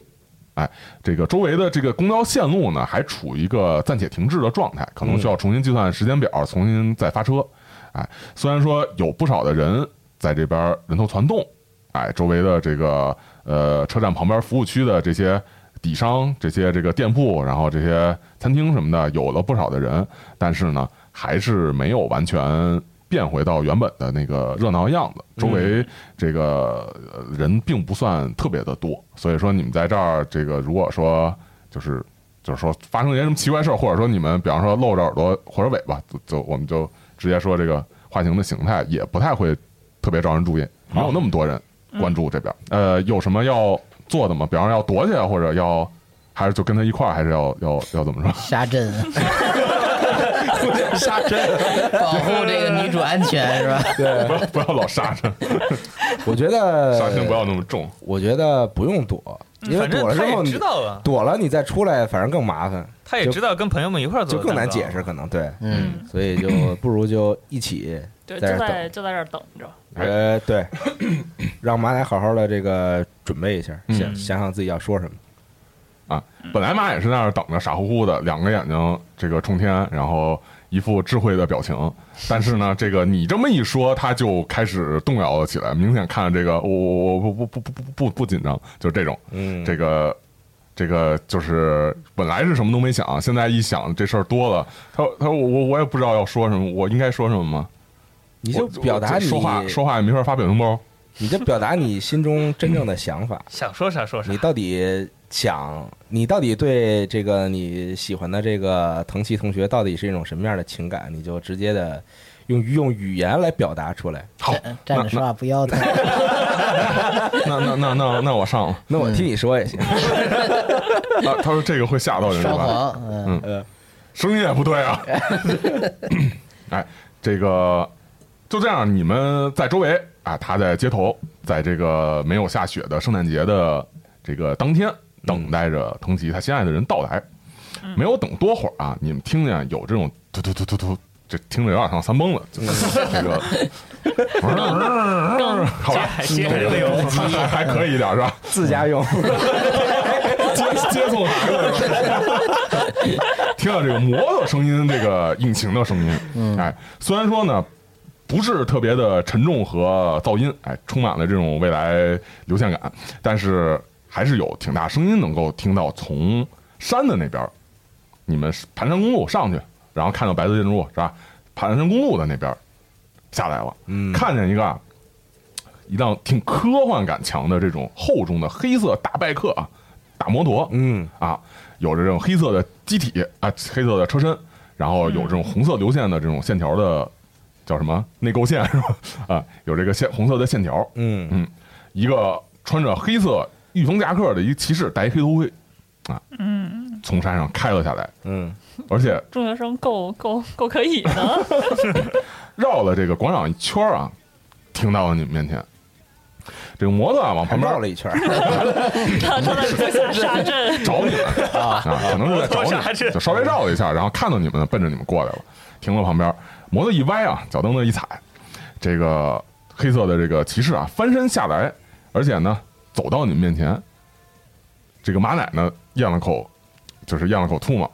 哎，这个周围的这个公交线路呢，还处于一个暂且停滞的状态，可能需要重新计算时间表，重新再发车。哎，虽然说有不少的人在这边人头攒动，哎，周围的这个呃车站旁边服务区的这些底商、这些这个店铺，然后这些餐厅什么的，有了不少的人，但是呢，还是没有完全。变回到原本的那个热闹样子，周围这个呃人并不算特别的多，所以说你们在这儿这个如果说就是就是说发生一些什么奇怪事儿，或者说你们比方说露着耳朵或者尾巴，就就我们就直接说这个化形的形态也不太会特别招人注意，没有那么多人关注这边。呃，有什么要做的吗？比方说要躲起来，或者要还是就跟他一块儿，还是要要要怎么说？
杀阵，
杀真。
保护这个女主安全是吧？
对，
不要不要老杀着，
我觉得
杀青不要那么重。
我觉得不用躲，因为
嗯反正
躲了之
他
后
也
你
知道啊，
躲了你再出来，反正更麻烦，
他也知道跟朋友们一块儿做
就
的
更难
蛋糕
解释，可能对，
嗯，
所以就不如就一起
对，
在
就
这儿
在
等，
就在这儿等着。
呃，对，让马奶好好的这个准备一下，
嗯
想想想自己要说什么。
本来马也是那儿等着，傻乎乎的，两个眼睛这个冲天，然后一副智慧的表情。但是呢，这个你这么一说，他就开始动摇了起来，明显看这个我我我不不不不不不不紧张，就是这种。
嗯，
这个这个就是本来是什么都没想，现在一想这事儿多了，他他说我我我也不知道要说什么，我应该说什么吗？
你就
我
表达
我
你
说话说话也没法发表 情包，
你就表达你心中真正的想法，
想说啥说啥
你。到底想，你到底对这个你喜欢的这个藤崎同学到底是一种什么样的情感，你就直接的用用语言来表达出来。
好，
站站着说话不腰疼。
那那那那那我上了。
那我替你说也行，
啊，他说这个会吓到人是
双
吧？
簧，嗯，
声音也不对啊。哎，这个就这样，你们在周围啊，他在街头，在这个没有下雪的圣诞节的这个当天，等待着藤吉他心爱的人到来。
嗯
没有等多会儿啊，你们听见有这种突突突突突，这听着有点像三蹦子，就是这个，好吧，
还歇着没有？
还还可以一点是吧？
自家用。
接 接送孩子是吧？听到这个摩托声音，这个引擎的声音，哎，虽然说呢。不是特别的沉重和噪音，哎，充满了这种未来流线感，但是还是有挺大声音能够听到从山的那边儿，你们盘山公路上去，然后看到白色建筑物是吧？盘山公路的那边儿下来了，
嗯
看见一个啊一辆挺科幻感强的这种厚重的黑色大拜克啊，大摩托，
嗯，
啊，有着这种黑色的机体啊，黑色的车身，然后有
嗯
这种红色流线的这种线条的，叫什么内构线是吧？啊，有这个线红色的线条，
嗯
嗯，一个穿着黑色御风夹克的一骑士戴一黑头盔，啊，嗯，从山上开了下来，
嗯
而且
中学生够够够可以的，
绕了这个广场一圈儿啊，停到了你们面前。这个摩托啊，往
还
旁边
绕了一圈儿，
他他在楼下杀阵，
找你 们啊，可能是在找
我说啥
你，
这
就稍微绕了一下，然后看到你们了，奔着你们过来了，停到旁边，摩托一歪啊，脚蹬子一踩，这个黑色的这个骑士啊翻身下来，而且呢走到你们面前，这个马奶呢咽了口，就是咽了口吐沫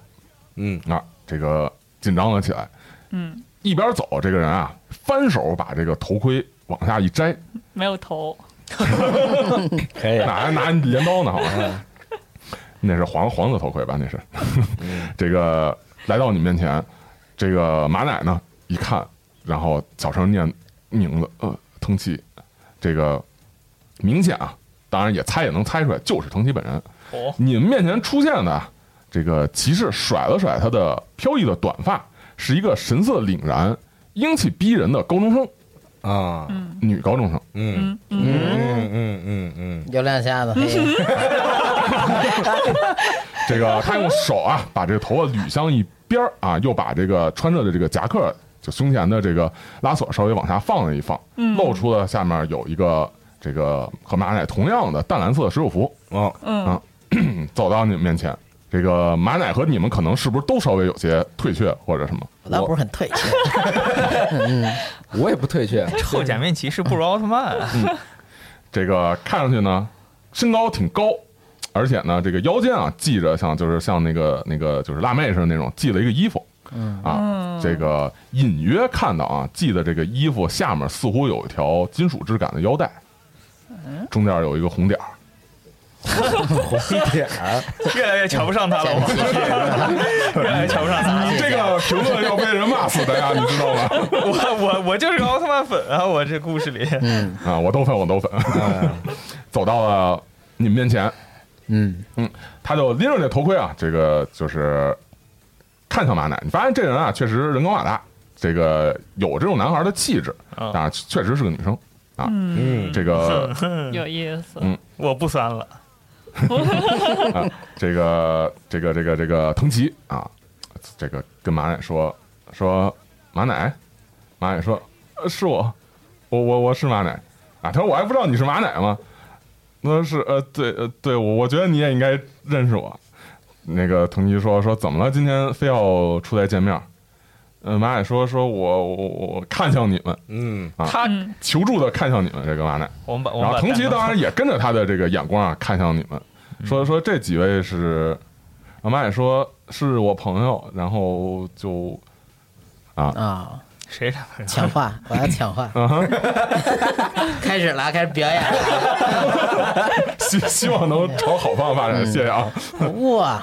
嗯，
啊，这个紧张了起来，
嗯，
一边走这个人啊翻手把这个头盔往下一摘，
没有头，
可以，
拿拿镰刀呢，好像。那是黄黄色头盔吧？那是， 这个来到你面前，这个马奶呢一看，然后小声念名字，呃，藤崎，这个明显啊，当然也猜也能猜出来，就是藤崎本人。
哦，
你们面前出现的啊这个骑士甩了甩他的飘逸的短发，是一个神色凛然、英气逼人的高中生，
啊，
女高中生。
嗯
嗯嗯，
嗯嗯嗯嗯，
有两下子，嘿
嗯这个他用手啊把这个头发捋向一边儿啊，又把这个穿着的这个夹克就胸前的这个拉锁稍微往下放了一放，露出了下面有一个这个和马奶同样的淡蓝色的水手服，啊
哦，
走到你们面前。这个马奶和你们可能是不是都稍微有些退却或者什么？
我倒不是很 退却。
我也不退却，
臭假面骑士不如
嗯
奥特曼。啊
这个看上去呢，身高挺高，而且呢，这个腰间啊系着像就是像那个那个就是辣妹似的那种系了一个衣服，嗯啊，这个隐约看到啊系的这个衣服下面似乎有一条金属质感的腰带，中间有一个红点儿。
红一点儿，
越来越瞧不上他了，我越来越瞧不上他了。
你这个评论要被人骂死的呀，你知道吗？
嗯
我我我就是个奥特曼粉啊！我这故事里，
啊，我都粉，我都粉。 走到了你们面前，
嗯，
他就拎着这头盔啊，这个就是看向马奶。你发现这人啊，确实人高马大，这个有这种男孩的气质，
嗯
但是确实是个女生啊。
嗯，
这个
有意思，
嗯
我不酸了，
啊，这个这个这个这个藤崎啊，这个跟马奶说说马奶，马奶说呃是我，我我我是马奶啊，他说我还不知道你是马奶吗？那是呃对呃对我我觉得你也应该认识我。那个藤崎说说怎么了？今天非要出来见面？呃，马奶说说我我我我看向你们，
嗯，
他，
求助的看向你们，这个马奶。
我们把我
然后
们把
藤崎
蛋糕
当然也跟着他的这个眼光啊看向你们，
嗯
说说这几位是，阿妈也说是我朋友，然后就
啊，
谁让他
抢 话，我要抢话，
嗯
开始了，开始表演了，
希 希望能朝好方向发展，谢谢啊。
哇，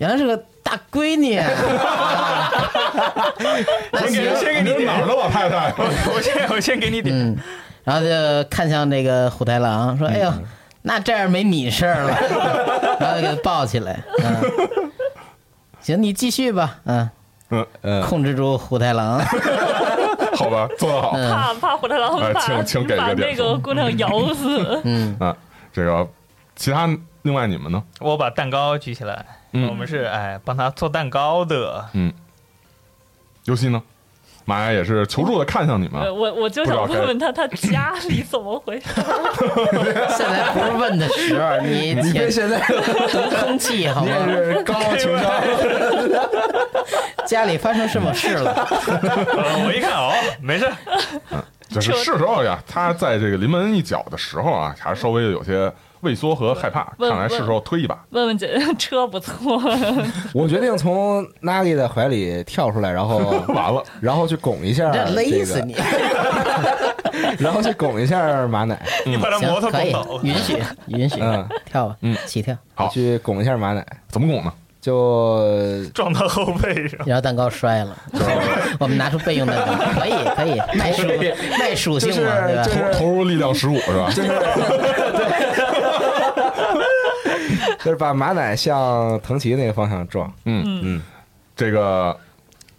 原来是个大闺女 啊，那
先给
行，
先给 你
哪
点
儿，的老太太？
我先我先给你点，
嗯，然后就看向这个虎太郎，
嗯
说：“哎呦，那这样没你事儿 了。”然后就给他抱起来。嗯，行，你继续吧。嗯，
嗯，
呃
控制住虎 太郎。
好吧，做得好。
怕怕虎太郎
哎
把
请请给个
把
点
那个姑娘咬死。
嗯，
啊，这个其他另外你们呢？
我把蛋糕举起来，
嗯
我们是哎帮他做蛋糕的，
尤西呢？玛雅也是求助的看向你
呃
们，
我我就想问问他，他家里怎么回事？
现在不是问的时候，你
你别
且
现在
读空气好
你也
吗？
是高情商，
家里发生什么事了？
啊
呃我一看哦，没事，
就是是时候呀。他在这个临门一脚的时候啊，还稍微有些畏缩和害怕，
问
看来是时候推一把。
问问姐，车不错，
我决定从 Nagi 的怀里跳出来，然后
完了，
然后去拱一下
这勒
这
死
个，
你！
然后去拱一下马奶，
你把他摩
行，
托
可
拱
以
倒，了。
允 许，允许
嗯，
跳吧，起跳。
好
我去拱一下马奶，
怎么拱呢？
就
撞到后背 上，
然后蛋糕摔了，我们拿出备用蛋糕，可以可以，卖属卖属性嘛，对吧？
投投入力量十五是吧？
就是把马奶向藤崎那个方向撞，
这个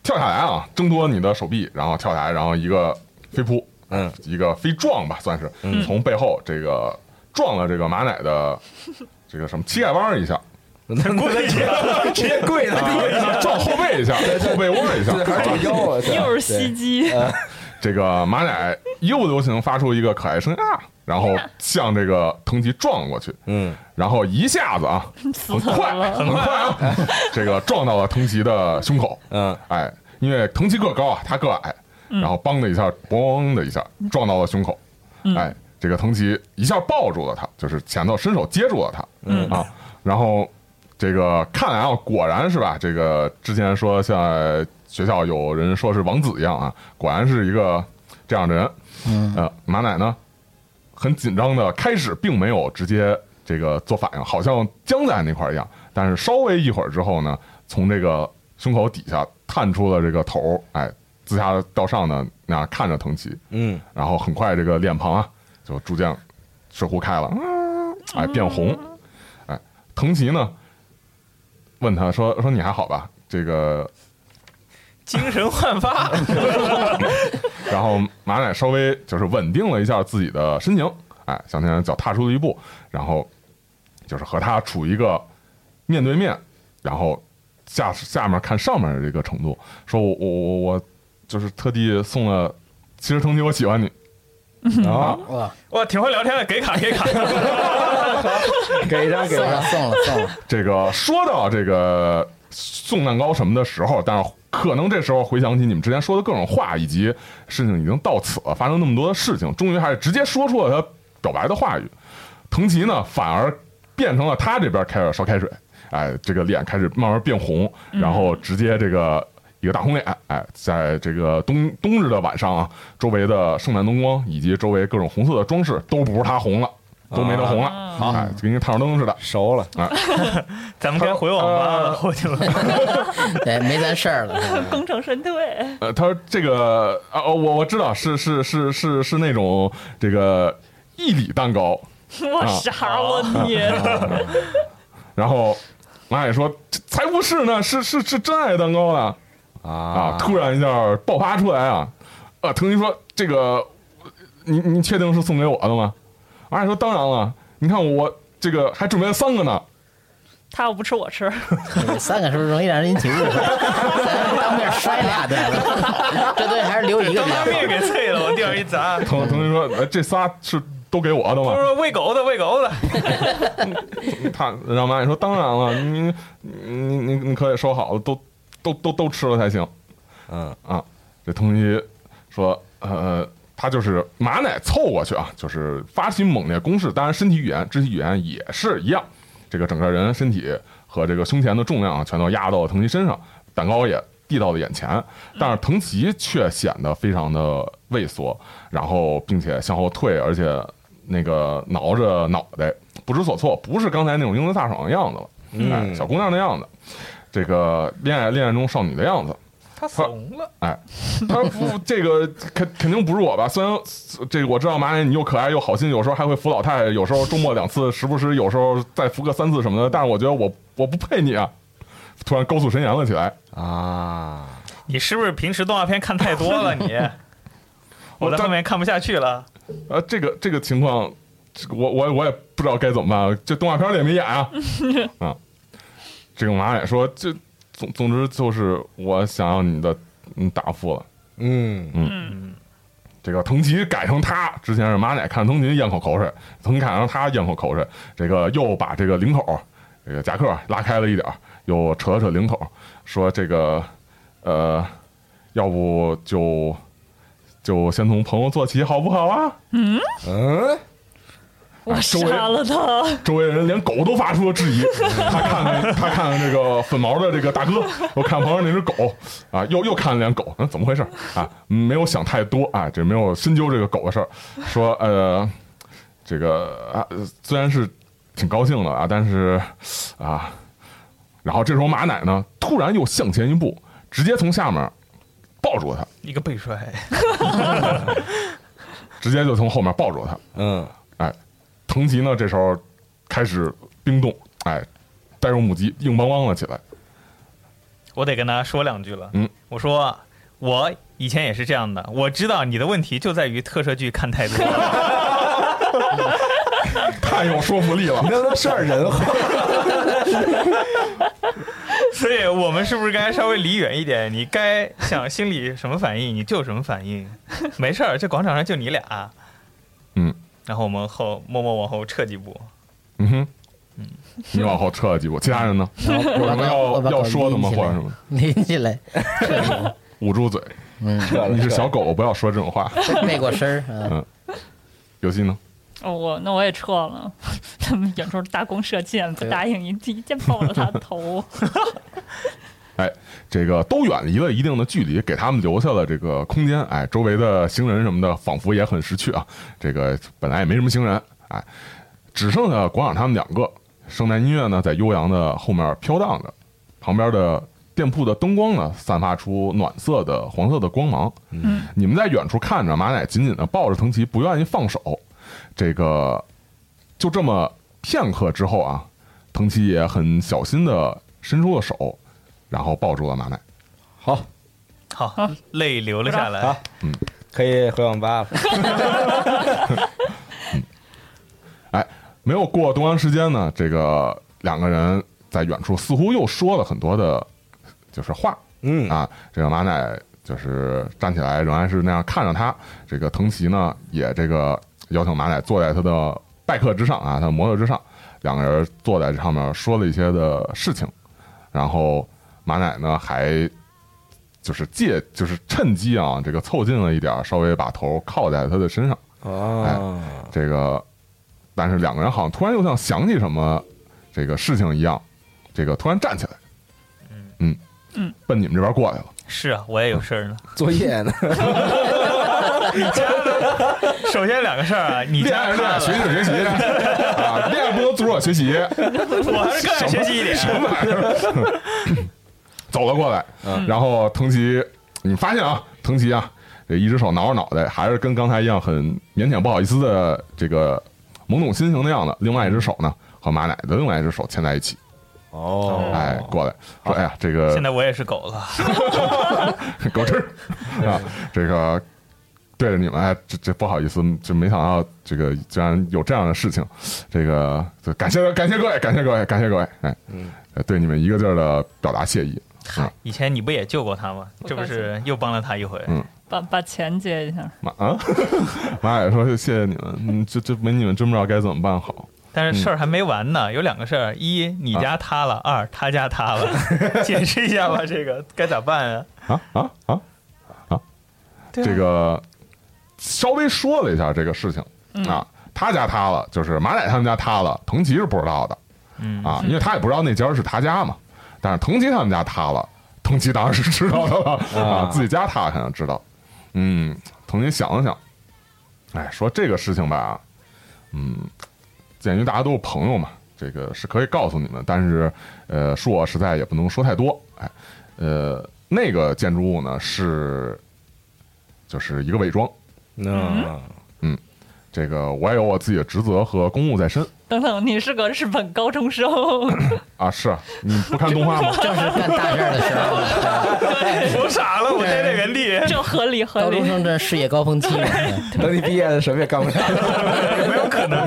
跳下来啊，挣脱你的手臂，然后跳下来，然后一个飞扑，
嗯，
一个飞撞吧，算是、从背后这个撞了这个马奶的 这个什么膝盖弯儿一下，
故意的，
直接跪在地上，
撞后背一下，后背窝一下
对，，还是这腰啊，对
又是袭击。
这个马奶又流行发出一个可爱声音啊，然后向这个藤吉撞过去，
嗯，
然后一下子啊，很快，很快啊， 这个撞到了藤吉的胸口，
嗯，
哎，因为藤吉个高啊，他个矮，然后梆的一下，咣的一下撞到了胸口，哎，这个藤吉一下抱住了他，就是前头伸手接住了他，嗯啊，然后这个看来啊，果然是吧，这个之前说在学校有人说是王子一样啊，果然是一个这样的人，嗯，呃，马奶呢很紧张的，开始并没有直接这个做反应，好像僵在那块儿一样。但是稍微一会儿之后呢，从这个胸口底下探出了这个头儿，哎，自下到上的那样看着藤崎，
嗯，
然后很快这个脸庞啊就逐渐水壶开了，嗯哎，变红，哎，藤崎呢问他说说你还好吧？这个
精神焕发，
然后马奶稍微就是稳定了一下自己的身形，哎，向前脚踏出了一步，然后就是和他处于一个面对面，然后下下面看上面的这个程度，说我我我我就是特地送了，其实藤吉我喜欢你，
啊，
哇，
哇，挺会聊天的，给卡给卡，
给一张给一
送了
张，
送了送了。
这个说到这个送蛋糕什么的时候，但是可能这时候回想起你们之前说的各种话，以及事情已经到此了，发生那么多的事情，终于还是直接说出了他表白的话语。藤崎呢，反而变成了他这边开始烧开水，哎，这个脸开始慢慢变红，然后直接这个一个大红脸，哎，在这个冬冬日的晚上啊，周围的圣诞灯光以及周围各种红色的装饰都不是他红了，都没得红了，哎，就跟一个探照灯似的。
熟了，
咱们该回网吧了，我去了，
对，没咱事儿了。是吧
功成身 退，
呃，他说这个啊，哦我我知道是是是是是那种这个一里蛋糕，
我啥我你？
然后马也说这才不是呢，是是是真爱蛋糕呢啊！
啊，
突然一下爆发出来啊，啊，腾云说这个你你确定是送给我的吗？马也说当然了，你看我。这个还准备了三个呢。
他要不吃我吃，
三个是不是容易让人引起误会？咱当面摔俩对吧？这对还是留一个
当
比较
当面给碎了，往地上一砸。
同同学说，呃，这仨是都给我的
他
吗？
说喂狗的，喂狗的，
他让妈也说，当然了，你你你你你可得收好了，都都都都吃了才行
嗯，
啊。这同学说，呃。他就是马奶凑过去啊，就是发起猛烈攻势。当然，身体语言、肢体语言也是一样。这个整个人身体和这个胸前的重量啊，全都压到了藤吉身上，蛋糕也递到了眼前。但是藤吉却显得非常的畏缩，然后并且向后退，而且那个挠着脑袋，不知所措，不是刚才那种英姿飒爽的样子了，哎，小姑娘的样子，这个恋爱恋爱中少女的样子。
他怂了。
哎，他说不，这个肯肯定不是我吧？虽然这个我知道马奶你又可爱又好心，有时候还会扶老太太，有时候周末两次，时不时有时候再扶个三次什么的，但是我觉得我我不配你啊！突然高诉神言了起来，
啊，
你是不是平时动画片看太多了？你，我在后面看不下去了。
呃，这个这个情况，这个我我我也不知道该怎么办，这动画片里也没演啊。啊，这个马奶说，这总总之就是我想要你的嗯答复了。
嗯，
这个藤吉改成他，之前是马奶看藤吉咽口口水，藤吉改成他咽口口水，这个又把这个领口，这个夹克拉开了一点儿，又扯了扯领口，说这个，呃，要不就就先从朋友做起，好不好啊？
嗯，
我
周围
杀了他，
周围人连狗都发出了质疑。他看看他看看这个粉毛的这个大哥，又看旁边那只狗啊，又又看了两狗，嗯，怎么回事啊？没有想太多啊，这没有深究这个狗的事儿。说呃，这个啊，虽然是挺高兴的啊，但是啊，然后这时候马奶呢，突然又向前一步，直接从下面抱住他，
一个背摔，
直接就从后面抱住他。
嗯，
哎，藤吉呢这时候开始冰冻，哎，带入母鸡硬邦邦了起来。
我得跟他说两句了。
嗯，
我说我以前也是这样的，我知道你的问题就在于特摄剧看太多 了。
太有说服力了
你。能不能说点人话？
所以我们是不是该稍微离远一点？你该想心里什么反应，你就什么反应。没事儿，这广场上就你俩。
嗯，
然后我们后默默往后撤几步。
嗯哼，你往后撤了几步，其他人呢？有什么
嗯我把
要
狗
要说的吗？
拎
或
起来
者什么？
拎起来，
捂住嘴， 你是小狗，不要说这种话。
背过身儿啊，
游戏呢？
哦，我那我也撤了。 他们远处大弓射箭，不
对
答应一一箭爆了他的 头。
哎，这个都远离了一定的距离，给他们留下了这个空间。哎，周围的行人什么的，仿佛也很识趣啊。这个本来也没什么行人，哎，只剩下广场他们两个。圣诞音乐呢，在悠扬的后面飘荡着，旁边的店铺的灯光呢，散发出暖色的黄色的光芒。嗯，你们在远处看着，马奶紧紧的抱着藤崎，不愿意放手。这个就这么片刻之后啊，藤崎也很小心的伸出了手，然后抱住了马奶。
好，
好，泪流了下来
好。可以回网吧了。
哎，没有过多长时间呢，这个两个人在远处似乎又说了很多的，就是话
嗯，
啊。这个马奶就是站起来，仍然是那样看着他。这个藤崎呢，也这个邀请马奶坐在他的拜克之上啊，他的摩托之上，两个人坐在这上面说了一些的事情。然后马奶呢，还就是借就是趁机啊，这个凑近了一点儿，稍微把头靠在他的身上。
哦，
这个，但是两个人好像突然又像想起什么这个事情一样，这个突然站起来，嗯嗯，奔你们这边过来了。
是啊，我也有事儿呢。
作业呢？
首先两个事儿啊，你
恋
家
爱
看
恋爱，
了
学习是学习啊，恋爱不能阻止我学习，
我还是更爱学习一点。
什么玩意儿？走了过来，然后藤崎，你发现啊，藤崎啊，这一只手挠着脑袋，还是跟刚才一样很腼腆不好意思的这个懵懂心情的样子，另外一只手呢和马奶的另外一只手牵在一起，
哦
哎，过来说，哎呀，这个
现在我也是狗了，
狗吃啊，这个对着你们，哎，这这不好意思，这没想到这个居然有这样的事情，这个就感谢感谢各位，感谢各位，感谢各位，哎，呃对你们一个劲儿的表达谢意。啊
以前你不也救过他吗？这不是又帮了他一回？
把把钱借一下，
马啊，马也说谢谢你们，嗯，这这没你们真不知道该怎么办好。
但是事儿还没完呢，有两个事儿：一，你家塌了；二，他家塌了。解释一下吧，这个该咋办啊？
啊啊啊啊！
对啊
这个稍微说了一下这个事情、
嗯
啊，他家塌了，就是马奶他们家塌了，藤吉是不知道的，
嗯
啊，因为他也不知道那家是他家嘛，但是藤吉他们家塌了，藤吉当然是知道的
嗯
了啊，自己家塌肯定知道，嗯，藤吉想了想，哎，说这个事情吧，嗯，鉴于大家都是朋友嘛，这个是可以告诉你们，但是呃，恕我实在也不能说太多，哎，呃，那个建筑物呢是就是一个伪装，
嗯那
这个我也有我自己的职责和公务在身
等等，你是个日本高中 生，
啊。是啊你不看动画吗？
正是干大事儿的时候，啊
我傻了，我呆在原地。
这合理合
高
理
中。生这事业高峰期嘛，嗯
等你毕业了，什么也干不了。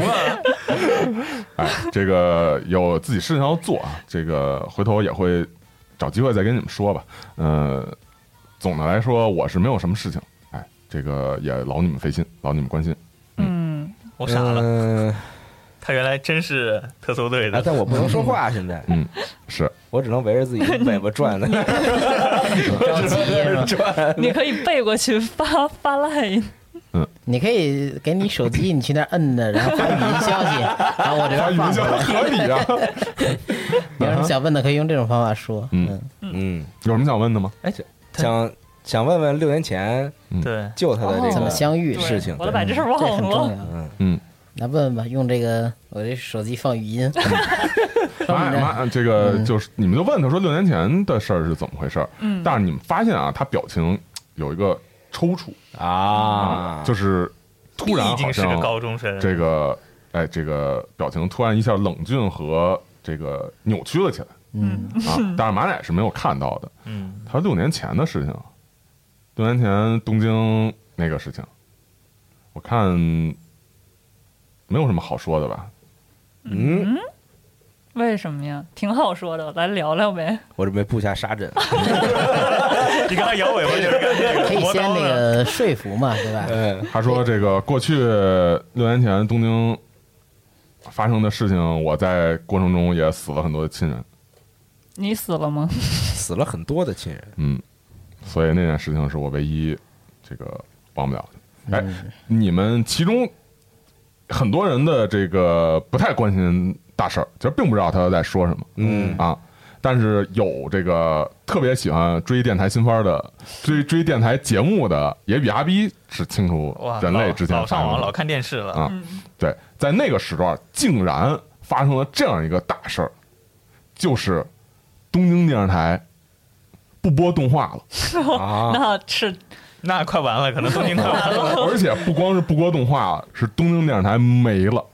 哎，这个有自己事情要做啊，这个回头也会找机会再跟你们说吧。呃，总的来说我是没有什么事情，哎，这个也劳你们费心，劳你们关心。
嗯，
我傻了，
嗯，
他原来真是特搜队
啊
的。
但我不能说话，现在
嗯，是
我只能围着自己的尾巴转呢。
着急是吧？
你可以背过去发 发赖，
你可以给你手机，你去那儿摁着，然后发语音消息，然后我这边哎放过来。
合理啊。
有什么想问的，可以用这种方法说。
嗯
嗯，
嗯，
有什么想问的吗？
想想问问六年前
对，
救他的这个
怎么相遇？
事情
我都把这事儿
这
忘
很重
了。
要。
嗯，
来问问吧，用这个我这手机放 语音。
妈呀妈，这个就是你们就问他说六年前的事儿是怎么回事儿？
嗯
但是你们发现啊，他表情有一个抽搐
啊？
就是突然
毕
好
竟是个
像
高中生，
这个哎，这个表情突然一下冷峻和这个扭曲了起来
嗯，
啊！但是马奶是没有看到的，
嗯，
他六年前的事情，六年前东京那个事情，我看没有什么好说的吧？
嗯，
为什么呀？挺好说的，来聊聊呗。
我准备布下杀阵。
你刚才摇尾巴就是干这
可
个
以
磨
先
刀
那
呢。
个说服嘛，对吧？
嗯，
他说这个过去六年前东京发生的事情，我在过程中也死了很多的亲人，
你死了吗？
死了很多的亲人。
嗯，所以那件事情是我唯一这个忘不了的。哎，你们其中很多人的这个不太关心大事儿，其实并不知道他在说什么，
嗯
啊，但是有这个特别喜欢追电台新番的、追追电台节目的，也比阿 B 是清楚
哇，
人类
老
之间
老
发
上
生
网老
的。
看电视了，
啊，对，在那个时段竟然发生了这样一个大事儿，就是东京电视台不播动画了。
啊，
那是
那快完了，可能东京快完 了。
而且不光是不播动画了，是东京电视台没了。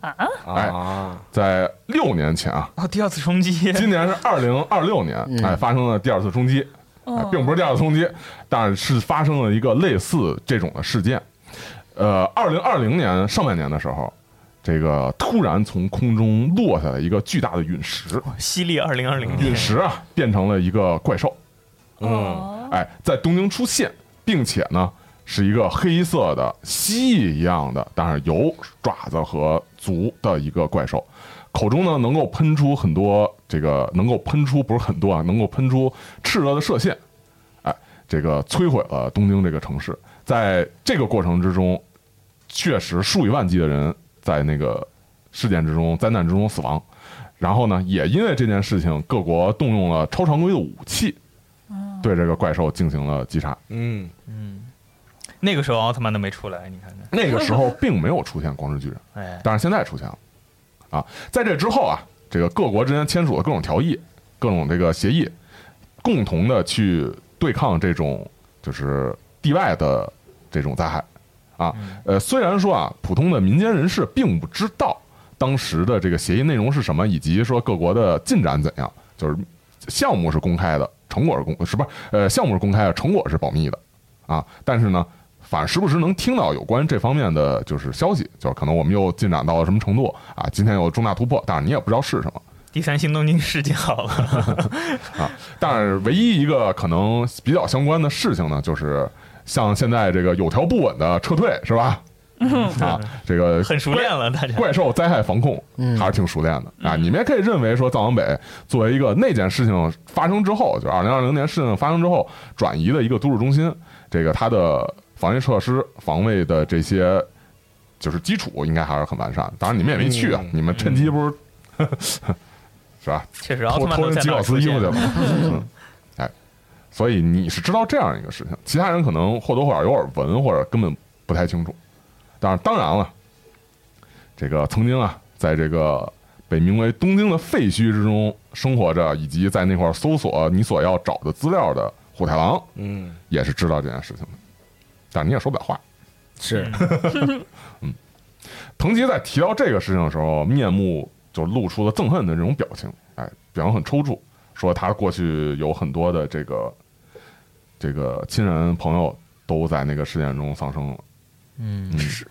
啊，
啊，
在六年前啊，
哦，第二次冲击，
今年是二零二六年，哎，发生了第二次冲击，哎，并不是第二次冲击，但是发生了一个类似这种的事件。呃，二零二零年上半年的时候，这个突然从空中落下来一个巨大的陨石，
犀利二零二零
陨石啊变成了一个怪兽，
哦
嗯
哎，在东京出现，并且呢是一个黑色的蜥蜴一样的，但是有爪子和足的一个怪兽，口中呢能够喷出很多这个能够喷出不是很多啊，能够喷出炽热的射线，哎，这个摧毁了东京这个城市。在这个过程之中，确实数以万计的人在那个事件之中、灾难之中死亡。然后呢，也因为这件事情，各国动用了超常规的武器，对这个怪兽进行了击杀。
嗯，
那个时候奥特曼都没出来，你看看，
那个时候并没有出现光之巨人，
哎，
但是现在出现了。啊，在这之后啊，这个各国之间签署了各种条议、各种这个协议，共同的去对抗这种就是地外的这种灾害。啊，呃，虽然说啊，普通的民间人士并不知道当时的这个协议内容是什么，以及说各国的进展怎样，就是项目是公开的，成果是公是不是？呃，项目是公开的，成果是保密的。啊，但是呢，反正时不时能听到有关这方面的就是消息，就是可能我们又进展到了什么程度啊，今天有重大突破，但是你也不知道是什么。
第三性东京事件好了，
但是唯一一个可能比较相关的事情呢，就是像现在这个有条不紊的撤退是吧？
嗯
啊，这个
很熟练了，大家。
怪兽灾害防控
嗯
还是挺熟练的
嗯
啊。你们也可以认为说，藏王北作为一个那件事情发生之后，就二零二零年事情发生之后转移的一个都市中心，这个它的防疫措施、防卫的这些就是基础应该还是很完善的。当然你们也没去啊，
嗯
你们趁机不是、 是吧？
确实，奥特
偷
曼
偷
都
人
在
吉
那
奥
儿
斯
出
衣服
现
去了。 嗯哎，所以你是知道这样一个事情，其他人可能或多或少有耳闻，或者根本不太清楚。当然，当然了，这个曾经啊，在这个被名为东京的废墟之中生活着，以及在那块儿搜索你所要找的资料的虎太郎，
嗯，
也是知道这件事情的，但你也说不了话。
是
藤吉在提到这个事情的时候，面目就露出了憎恨的这种表情，哎，表情很抽搐，说他过去有很多的这个这个亲人朋友都在那个事件中丧生了。
嗯，
是，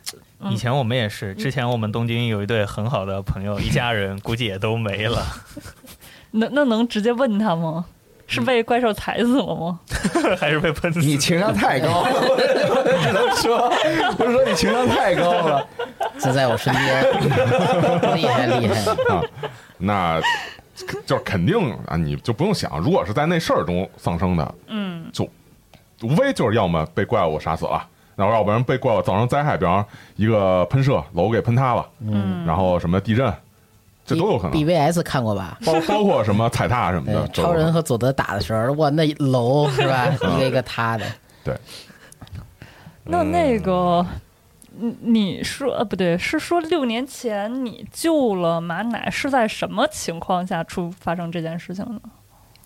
以前我们也是，之前我们东京有一对很好的朋友，一家人估计也都没了。
那那能直接问他吗？是
嗯
被怪兽踩死了吗？
还是被喷死。
你 情商太高了，我只能说，我是说你情商太高了。
就在我身边，厉害厉害，
啊那就是肯定啊，你就不用想，如果是在那事儿中丧生的，
嗯，
就无非就是要么被怪物杀死了，然后要不然被怪物造成灾害，比方一个喷射楼给喷塌了，嗯，然后什么地震， 这都有可能。嗯
BVS 看过吧？
包包括什么踩踏什么
对
的，，
哎超人
和
和佐德打的时候，哇，那 楼是吧，
嗯
一个一个塌的，
那那
嗯
个，你你说呃不对，是说六年前你救了马奶是在什么情况下出发生这件事情呢？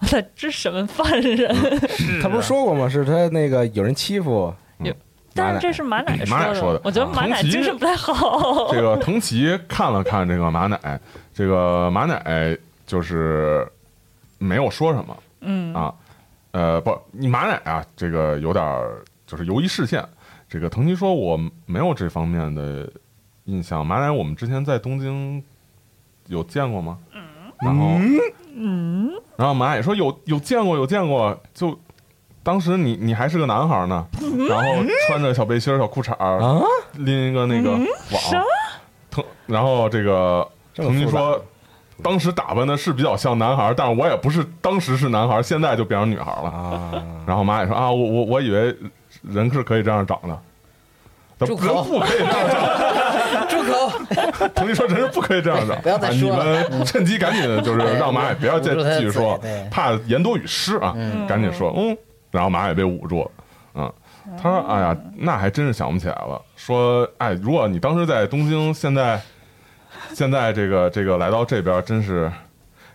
我在这审问犯人，
嗯
是
嗯他不是说过吗？是他那个有人欺负，马
有 但
奶
是这是马奶
马奶说
说
的啊
我觉得马奶
同级
精神不太好。
这个藤崎看了看这个马奶，这个马奶就是没有说什么，
嗯
啊呃，不，你马奶啊，这个有点儿就是游移视线。这个藤崎说我没有这方面的印象，马奶我们之前在东京有见过吗？然后
嗯，
然后马奶说有有见过有见过，就当时你你还是个男孩呢，然后穿着小背心儿小裤衩儿，
啊，
拎一个那个网，藤，然后这个
这么
藤吉
复杂
说，当时打扮的是比较像男孩儿，但是我也不是当时是男孩儿，现在就变成女孩儿了。
啊，
然后妈也说啊，我我我以为人是可以这样长的，咱
住
人
口
不可以这样长。
住口！
同学说人是不可以这样长，
不要再说了哎
啊 你们趁机赶紧就是
对
让马也不要再
捂住他的
继续说
嘴对，
怕言多语失啊，赶紧说嗯。然后马也被捂住了，嗯。他说：“哎呀，那还真是想不起来了。说，哎，如果你当时在东京，现在，现在这个这个来到这边，真是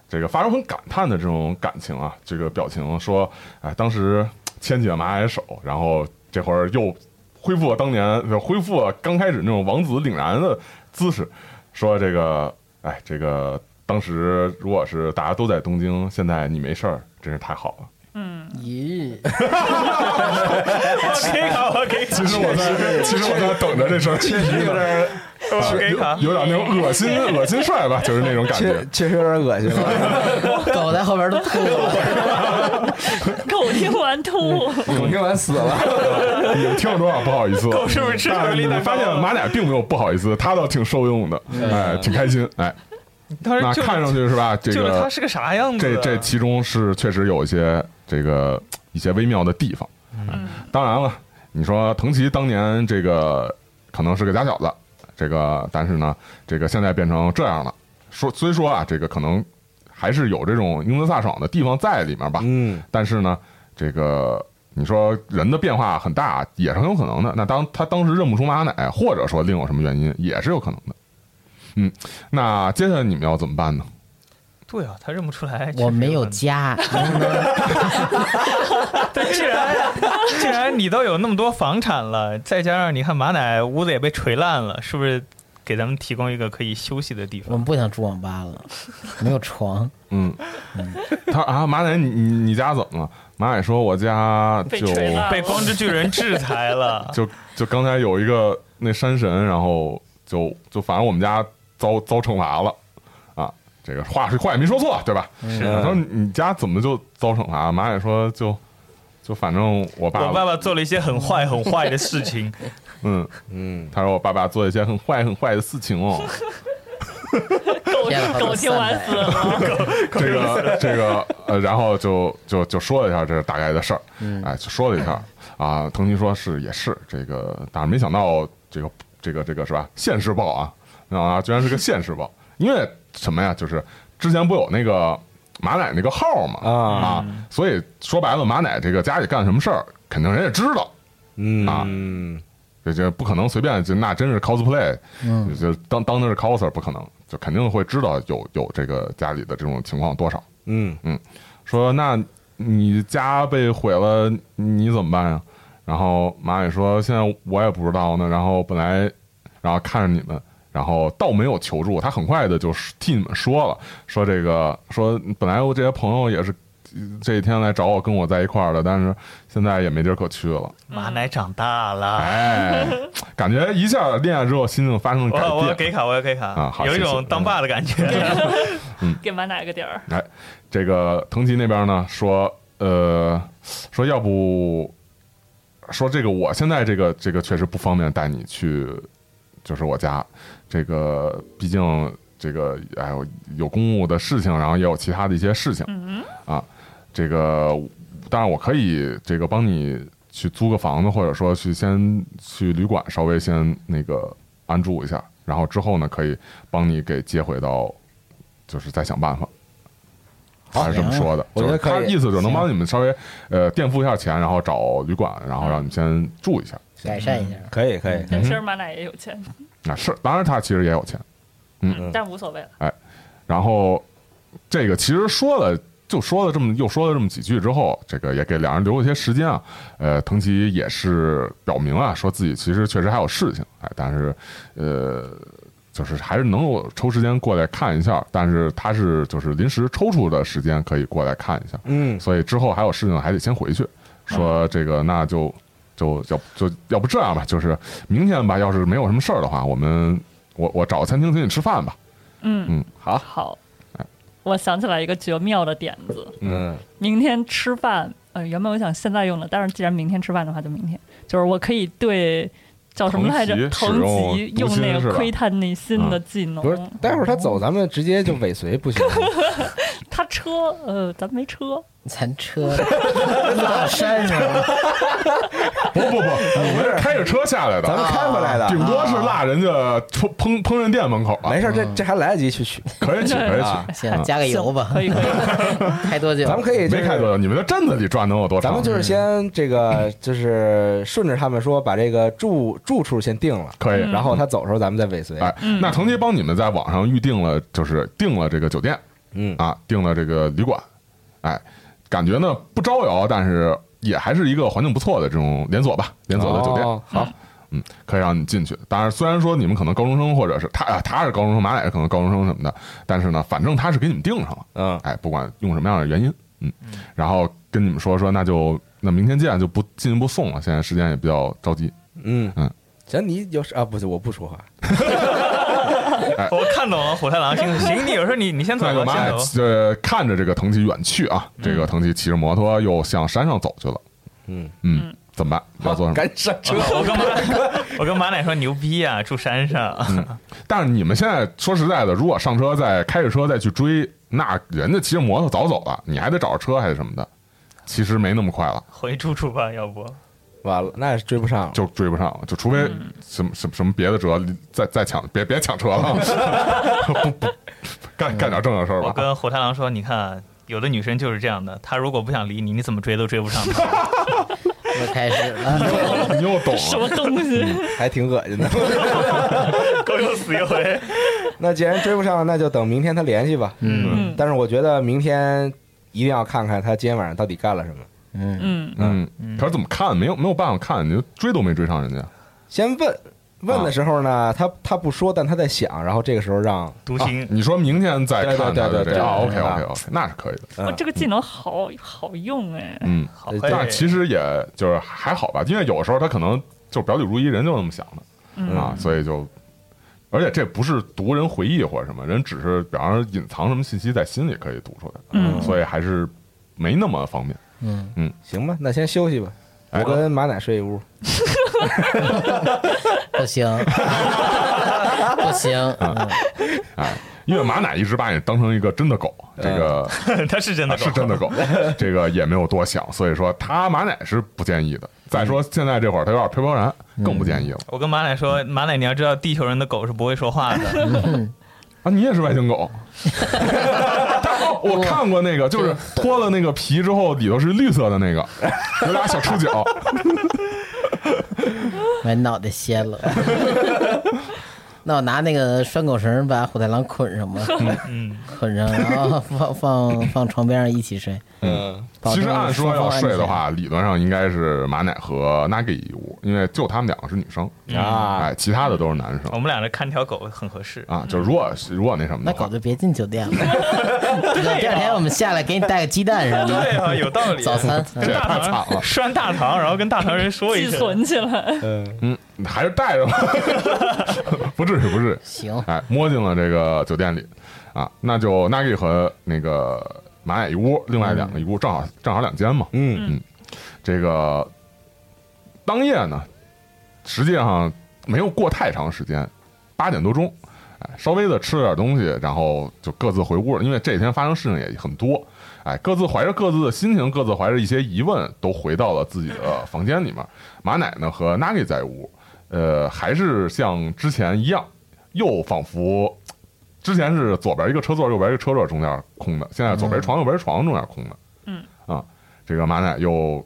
这个发出很感叹的这种感情啊，这个表情说，哎，当时牵起了马奶手，然后这会儿又恢复了当年，就恢复了刚开始那种王子凛然的姿势，说这个，哎，这个当时如果是大家都在东京，现在你没事儿，真是太好了。
咦，
OK 卡 OK 卡
其 实我在，其实我在等着这事儿，确实有点
OK 卡，
有点那种恶心恶心帅吧，就是那种感觉
确。确实有点恶心了。
狗在后边都 吐了，
狗听完吐，
嗯
我听完死了，
你们听了多少不好意思？
狗是不是吃巧克力
但你
蛋糕
发现马奶并没有不好意思，他倒挺受用的，
嗯
哎，挺开心，哎，
当
那
时就
看上去是吧？这
就是他
个
是个啥样子
这
啊？
这其中是确实有一些这个一些微妙的地方。
嗯
哎当然了，你说藤崎当年这个可能是个假小子，这个但是呢，这个现在变成这样了。说虽说啊，这个可能还是有这种英姿飒爽的地方在里面吧，
嗯，
但是呢，这个你说人的变化很大，也是很有可能的。那当他当时认不出马奶，或者说另有什么原因，也是有可能的。嗯，那接下来你们要怎么办呢？
对啊，他认不出来。
我没有
确实
家，能不能
有可能，对，既 然既然你都有那么多房产了，再加上你看马奶屋子也被锤烂了，是不是给咱们提供一个可以休息的地
我
方。
们不想住网吧了，没有床，
嗯，他说啊，马奶，你你你家怎么了？马奶说，我家
被
就
锤了
被光之巨人制裁了，
就就刚才有一个那山神，然后就就反正我们家遭遭惩罚了啊。这个话是话也没说错，对吧？是他说你家怎么就遭惩罚？马奶说就就反正我爸
我爸爸做了一些很坏很坏的事情，
嗯嗯，他说我爸爸做一些很坏很坏的事情哦。
狗
骗了他
狗
们
听
三
完
代
死了，
这个这个呃，然后就就就说了一下这是大概的事儿，哎，就说了一下啊。藤崎说是也是这个，但是没想到这个这个这个是吧？现世报啊，没想到居然是个现世报，因为什么呀？就是之前不有那个马奶那个号 嘛
啊
所以说白了，马奶这个家里干什么事儿，肯定人也知道。
嗯，
这这不可能随便就那真是 cosplay，嗯，就当当的是 coser 不可能，就肯定会知道有有这个家里的这种情况多少。
嗯
说那你家被毁了，你怎么办呀？然后马也说现在我也不知道呢。然后本来然后看着你们，然后倒没有求助，他很快的就是替你们说了，说这个说本来我这些朋友也是。这几天来找我跟我在一块儿的，但是现在也没地儿可去了。
马奶长大了。
哎， 感觉一下恋爱之后心境发生了改
我我
变。
给卡，我给卡，
嗯啊好
有一
谢谢嗯
种当爸的感觉。
给马奶个底儿。
哎，这个藤吉那边呢说，呃，说要不说这个我现在这个这个确实不方便带你去，就是我家，这个毕竟这个哎呦有公务的事情，然后也有其他的一些事情，啊，这个当然我可以这个帮你去租个房子，或者说去先去旅馆稍微先那个安住一下，然后之后呢可以帮你给接回到，就是再想办法。他是这么说的，
我觉得
就是他
可以
意思就是能帮你们稍微呃垫付一下钱，然后找旅馆，然后让你们先住一下。
改善一
嗯
下。
可以可以，
嗯
但其实马奶也有钱，
啊，是，当然他其实也有钱。
嗯，但无所谓了。
然后这个其实说了，就说了这么又说了这么几句之后，这个也给两人留了一些时间啊。呃，藤崎也是表明啊，说自己其实确实还有事情，哎，但是呃，就是还是能够抽时间过来看一下，但是他是就是临时抽出的时间可以过来看一下，
嗯
所以之后还有事情还得先回去。说这个那就就要就要不这样吧，就是明天吧，要是没有什么事儿的话，我们我我找个餐厅请你吃饭吧。
嗯
嗯，好。
好，
嗯
我想起来一个绝妙的点子，
嗯
明天吃饭，呃，原本我想现在用的，但是既然明天吃饭的话，就明天，就是我可以对叫什么来着？
藤
藤
吉
吉
使用
用那
读心是
个
吧
窥探内心的技能。
嗯不是，待会儿他走，咱们直接就尾随不行 吗？
他车，呃，咱没车，
咱 车到山上了，
不不不，我们是开着车下来
咱
的，
们开回来的，
顶多是落人家烹烹烹饪店门口了。啊
没事，这这还来得及去取，
可以取，可以
啊
取，
行，加个油吧，
可以可以。
开多久？
咱们可以就
没
是
开多久，你们的镇子里转能有多长？嗯
咱们就是先这个，就是顺着他们说，把这个住住处先定了，
可以。
然后他走的时候咱们再尾随。
嗯哎，那腾吉帮你们在网上预定了，就是订了这个酒店，
嗯
啊，订了这个旅馆，哎，感觉呢不招摇，但是也还是一个环境不错的这种连锁吧，连锁的酒店，
哦好，
嗯，可以让你进去。当然，虽然说你们可能高中生或者是他啊，他是高中生，马奶是可能高中生什么的，但是呢，反正他是给你们定上了，
嗯
哎，不管用什么样的原因，嗯，然后跟你们说说，那就那明天见，就不进一步送了，现在时间也比较着急，
嗯
嗯，
行，你有事啊？不是，我不说话。
我看懂了，火太狼行行，你有时候你你先走
那个马
吧，先
奶
走。
呃看着这个藤吉远去啊，这个藤吉骑着摩托又向山上走去了。
嗯
嗯，怎么办？ 要做什么？
赶紧上车。
我跟马 我跟马奶说牛逼啊，住山上，
嗯但是你们现在说实在的，如果上车再开着车再去追，那人家骑着摩托早走了，你还得找着车还是什么的，其实没那么快了，
回住处吧，要不
完了，那是追不上了。
就追不上了，就除非
嗯
什么什么什么别的辙，再再抢，别别抢车了， 不不，干干点正经事儿
我
吧。
跟火太狼说，你看。有的女生就是这样的，她如果不想理你，你怎么追都追不上 她。
又开始了。
你又懂
什
了，
么东西？
嗯
还挺恶心的。
狗又死一回。
那既然追不上，那就等明天他联系吧。
嗯
但是我觉得明天一定要看看他今天晚上到底干了什么。
嗯，
嗯，
嗯，可是怎么看？没有没有办法看，你就追都没追上人家。
先问问的时候呢，他他不说，但他在想，然后这个时候让
读
啊
心，
你说明天再
对对
看他
对对
的这
对
个啊
对
，OK
对嗯
OK OK，那是可以的，
我这个技能好好用哎，
嗯，
好
对
嘿
但是其实也就是还好吧，因为有时候他可能就表里如一，人就那么想的、
嗯
啊，所以就，而且这不是读人回忆或者什么，人只是比方说隐藏什么信息在心里可以读出来，
嗯
所以还是没那么方便。
嗯，
行吧，那先休息吧。
哎
我跟马奶睡一屋，
不行，不行，
啊
嗯
哎，因为马奶一直把你当成一个真的狗，这个、
嗯
他是真的
啊
狗
是真的狗，这个也没有多想，所以说他马奶是不建议的。再说现在这会儿他有点飘飘然，更不建议了、
嗯
我跟马奶说，马奶，你要知道，地球人的狗是不会说话的。
啊！你也是外 星狗。但是哦我看过那个，就是脱了那个皮之后，里头是绿色的那个，有俩小触角。
把脑袋掀了。那我拿那个拴狗绳把虎太郎捆上吧，
嗯，
捆上，然后放 放放床边上一起睡。
嗯，
保
其实
证
按说
啊双方
要
安
睡的
全，
话，理论上应该是马奶和 Nagi 一屋，因为就他们两个是女生
啊
哎，其他的都是男生
我们俩这看条狗很合适。
啊。就如果如果那什么
那
的
狗
话，
就别进酒店了。
对
第二天我们下来给你带个鸡蛋什么
对
的，
啊，有道理。
早餐。嗯
这
跟大
也太惨
堂
了
拴大堂，然后跟大堂人说一
寄
声。
存起来，
嗯，还是带着吧，不至于不至于。
行，
哎，摸进了这个酒店里，啊，那就 Nagi 和那个马奶一屋，另外两个一屋，正好正好两间嘛。
嗯
这个当夜呢，实际上没有过太长时间，八点多钟，哎，稍微的吃了点东西，然后就各自回屋了，因为这几天发生事情也很多，哎，各自怀着各自的心情，各自怀着一些疑问，都回到了自己的房间里面。马奶呢和 Nagi 在屋，呃，还是像之前一样，又仿佛。之前是左边一个车座，右边一个车座，中间空的。现在左边床，右边床，中间空的。嗯，啊，这个马奶又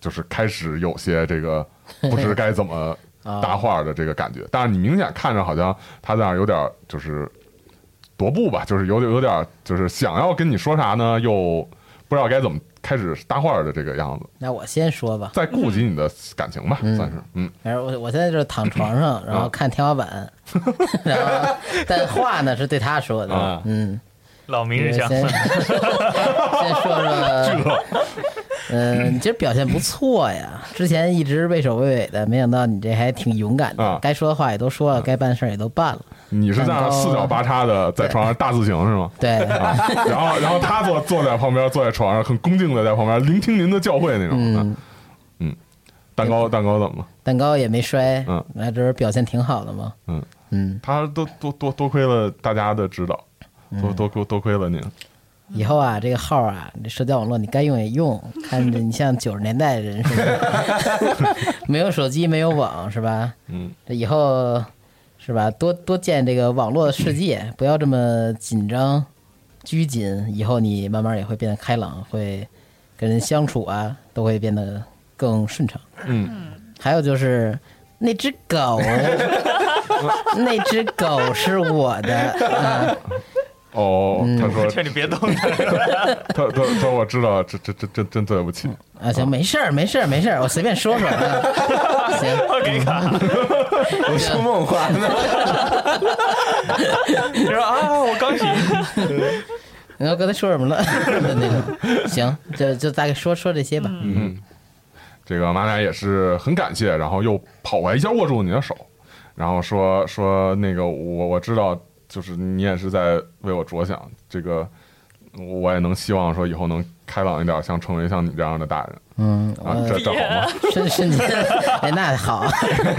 就是开始有些这 个不知该怎么
啊
搭话的这个感觉。但是你明显看着好像他在那儿有点儿就是踱步吧，就是有点有点儿就是想要跟你说啥呢，又不知道该怎么开始搭话的这个样子，
那我先说吧。
在顾及你的感情吧，算是嗯
反正我我现在就是躺床上，然后看天 花板，然后但话呢是对他说的
啊，
嗯，
老明
先
日相
先
分，
说说，嗯，你这表现不错呀，之前一直畏首畏尾的，没想到你这还挺勇敢
啊嗯
的，该说的话也都说了，该办的事儿也都办了，
你是在那儿四脚八叉的在床上大字型是吗？
对，
啊，然后然后他坐坐在旁边，坐在床上很恭敬的在旁边聆听您的教诲那种。
嗯
嗯，嗯蛋糕蛋糕怎么了？
蛋糕也没摔
嗯，
那这不是表现挺好的吗？
嗯
嗯，
他多多多多亏了大家的指导，多多多多亏了您。
以后啊，这个号啊，这社交网络你该用也用，看着你像九十年代人似的，没有手机，没有网，是吧？
嗯，
这以后是吧？多多见这个网络世界，不要这么紧张、拘谨。以后你慢慢也会变得开朗，会跟人相处啊，都会变得更顺畅。
嗯，
还有就是那只狗，那只狗是我的。嗯
哦，他 说
劝你别动它。
他他说我知道，这这这真真对不起。
啊，行，没事儿，没事儿，没事儿，我随便说说。啊、行，
给卡，
我说梦话呢，
你说啊，我刚醒，
你要刚才说什么了？ 那个，行，就就大概说说这些吧。
这个马奶也是很感谢，然后又跑过来一下握住你的手，然后说说那个我我知道，就是你也是在为我着想，这个我也能希望说以后能开朗一点，像成为像你这样的大人
嗯，
啊，这
我
这好 吗？
瞬瞬间，哎，那好，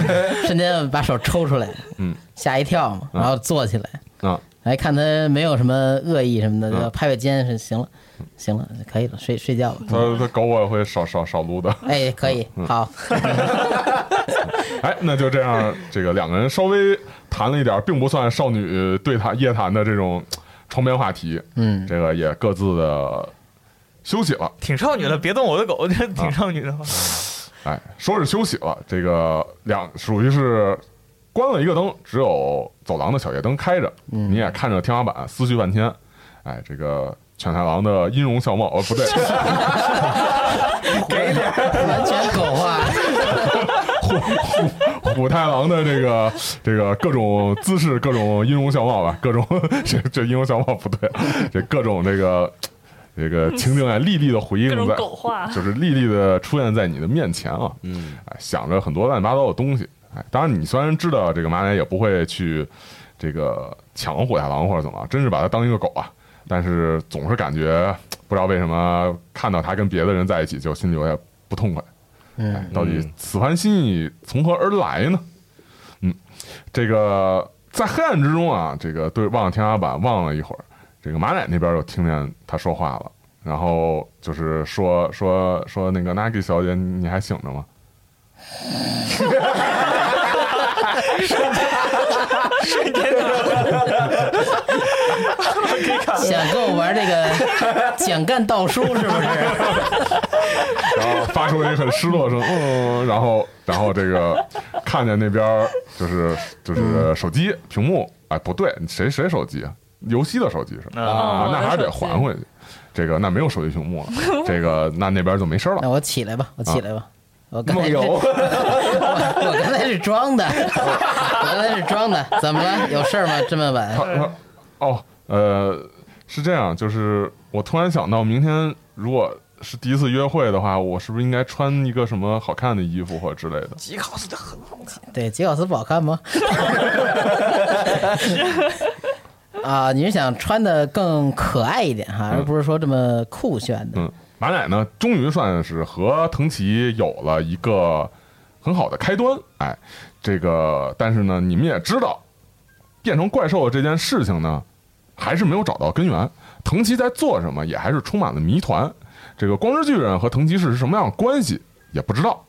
瞬间把手抽出来，
嗯，
吓一跳嘛，然后坐起来，
啊，
来看他没有什么恶意什么的，
嗯
就拍拍肩是行了，行了，可以了，睡睡觉吧。
他他狗我也会少少少撸的。
哎，可以，
嗯
好，
哎，那就这样，这个两个人稍微谈了一点儿，并不算少女对谈夜谈的这种呃床边话题。
嗯，
这个也各自的休息了。
挺少女的，别动我的狗，这挺少女的话。
哎，说是休息了，这个两属于是关了一个灯，只有走廊的小夜灯开着，你也看着天花板，思绪万千。哎，这个犬太郎的音容笑貌，哦，不对，
啊 完全狗化，
虎虎武太郎的这个这个各种姿势、各种音容笑貌吧，各种这这音容笑貌不对，这各种这个这个情景啊，历历的回
各
应
种
在，
狗话。
就是历历的出现在你的面前啊，
嗯，
哎，想着很多乱七八糟的东西。哎，当然你虽然知道这个马奶也不会去这个抢火太狼或者怎么，真是把它当一个狗啊，但是总是感觉不知道为什么看到它跟别的人在一起就心里有点不痛快。哎
嗯，
到底此番心意从何而来呢？嗯，这个在黑暗之中啊，这个对望了天花板望了一会儿，这个马奶那边又听见他说话了，然后就是说说说那个 Nagi 小姐，你还醒着吗？
想跟我玩这个蒋干盗书是不是？
然后发出了一个很失落的声，嗯，然后然后这个看见那边儿就是就是手机屏幕，哎，不对，谁谁手机啊？游戏的手机是吧
啊
啊，
我
那
的
还是得
手机
还回去。这个那没有手机屏幕了，这个那那边就没声了
那。我起来吧，我起来吧。我刚才
梦
是
游
我我刚才是装的，我刚才是装的，怎么了？有事儿吗？这么晚
他他哦，呃，是这样，就是我突然想到，明天如果是第一次约会的话，我是不是应该穿一个什么好看的衣服或者之类的？
对，吉考斯不好看吗？ 啊，你是想穿的更可爱一点哈，而不是说这么酷炫的。
嗯，马奶呢，终于算是和藤崎有了一个很好的开端。哎，这个，但是呢，你们也知道，变成怪兽的这件事情呢，还是没有找到根源。藤崎在做什么，也还是充满了谜团。这个光之巨人和藤崎市是什么样的关系，也不知道。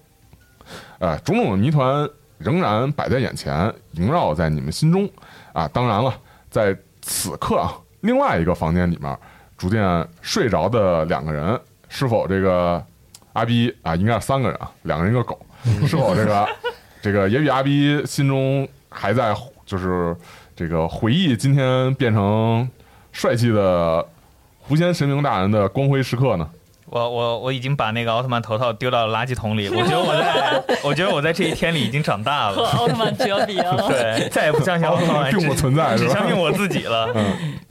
哎，种种的谜团仍然摆在眼前，萦绕在你们心中。啊，当然了，在此刻啊，另外一个房间里面，逐渐睡着的两个人，是否这个阿 B 啊，应该是三个人啊，两个人一个狗， 是否这个这个也许阿 B 心中还在就是这个回忆今天变成帅气的狐仙神明大人的光辉时刻呢？
我我我已经把那个奥特曼头套丢到垃圾桶里，我觉得我在，我觉得我在这一天里已经长大
和
了，
奥特曼绝笔啊 了，
对， 再也不相信奥特曼
并不存在
只
是
只
吧
相信我自己了。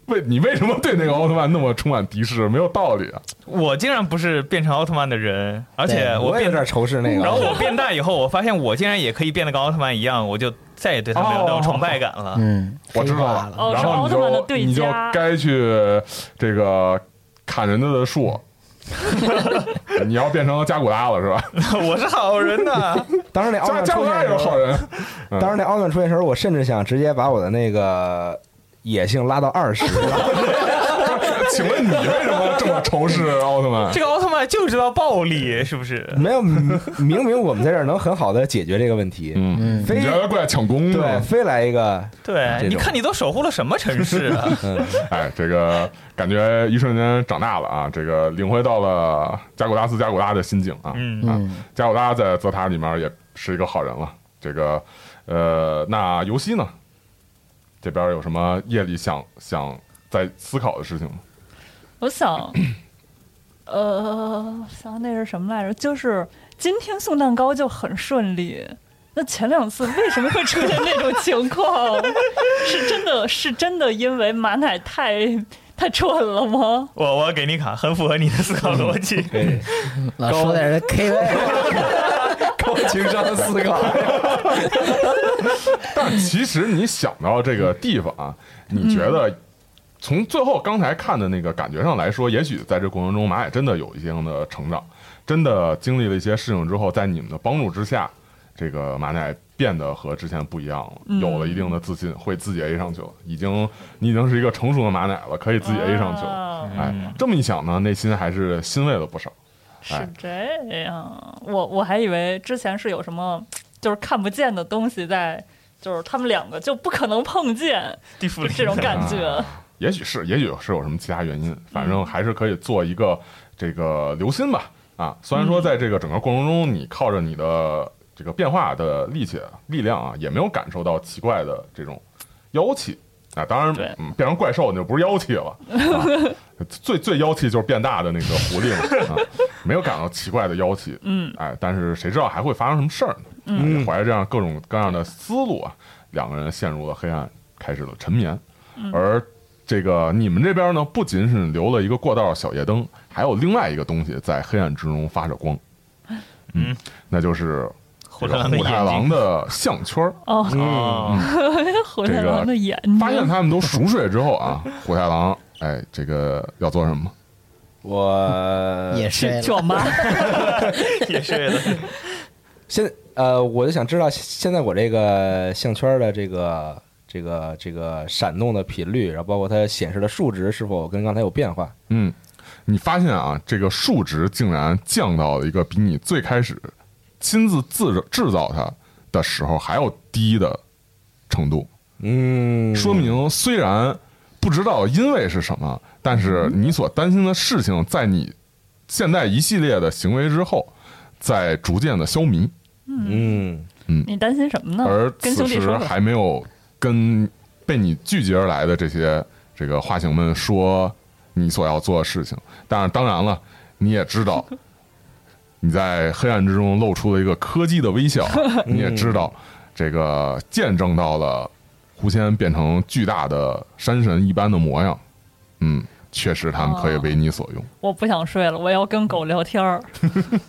为你为什么对那个奥特曼那么充满敌视？没有道理啊！
我竟然不是变成奥特曼的人，而且
对
哎我
我也有
变
点仇视那个。啊
然后我变大以后，我发现我竟然也可以变得跟奥特曼一样，我就再也对他没有那种崇拜感了。
嗯，
我知道
黑化了。
哦
然
是
后
奥
你
特曼的
就
对
你就
家
该去这个砍人家 的树。你要变成加古拉了是吧？
我是好人呐、
当时那奥特曼
加加古
出现
拉也
的
是
时
好
候，
人，
当时那奥特曼出现的时候，我甚至想直接把我的那个野性拉到二十。
请问你为什么这么仇视奥特曼
这？个奥特曼就知道暴力，是不是？
没有，明明明我们在这儿能很好的解决这个问题，
嗯，
非
你觉得过来抢功是
对，
吧？
非来一个，
对，
种
你看你都守护了什么城市啊？
嗯，
哎，这个感觉一瞬间长大了啊！这个领会到了加古拉斯加古拉的心境啊。
嗯，
啊
嗯，
加古拉在泽塔里面也是一个好人了。这个，呃，那游戏呢？这边有什么夜里想想在思考的事情吗？
我想，呃，想那是什么来着？就是今天送蛋糕就很顺利。那前两次为什么会出现那种情况？是真的是真的因为马奶太太蠢了吗？
我我给你卡，很符合你的思考逻辑。
对，
老说点儿 KY，
高情商思考，
但其实你想到这个地方啊，你觉得从最后刚才看的那个感觉上来说，也许在这过程中，马也真的有一些的成长，真的经历了一些事情之后，在你们的帮助之下，这个马奶变得和之前不一样了，有了一定的自信，会自己 A 上去了，已经你已经是一个成熟的马奶了，可以自己 A 上去了。
啊
哎，这么一想呢，内心还是欣慰了不少。哎
是这样，我我还以为之前是有什么就是看不见的东西在，就是他们两个就不可能碰见，
地府
就
里啊
这种感觉。
也许是，也许是有什么其他原因，反正还是可以做一个这个留心吧。啊，虽然说在这个整个过程中，你靠着你的这个变化的力气力量啊，也没有感受到奇怪的这种妖气啊。当然
对，
嗯，变成怪兽你就不是妖气了。啊、 最最妖气就是变大的那个狐狸嘛，啊，没有感到奇怪的妖气。
嗯，
哎，但是谁知道还会发生什么事儿呢？嗯，也怀着这样各种各样的思路啊，两个人陷入了黑暗，开始了沉眠。而这个你们这边呢，不仅是留了一个过道小夜灯，还有另外一个东西在黑暗之中发着光，嗯，那就是
火
这个
太狼的
虎太
眼
狼
睛
的项圈儿。
哦，
哦，
火太狼的眼睛，
发现他们都熟睡之后啊，虎太狼，哎，这个要做什么？
我
也
去
睡
去
了，
我妈，
也睡了。
现呃，我就想知道现在我这个项圈的这个这个这个闪动的频率，然后包括它显示的数值是否跟刚才有变化？
嗯，你发现啊，这个数值竟然降到了一个比你最开始亲自制制造它的时候还要低的程度，
嗯，
说明虽然不知道因为是什么，但是你所担心的事情，在你现在一系列的行为之后，在逐渐的消弭，
嗯
你担心什么呢
而？
跟
此
兄弟
时
说吧。
还没有跟被你拒绝而来的这些这个化形们说你所要做的事情。但是当然了，你也知道你在黑暗之中露出了一个柯基的微笑，啊 你也知道这个见证到了狐仙变成巨大的山神一般的模样。嗯，确实他们
哦
可以为你所用。
我不想睡了，我要跟狗聊天儿。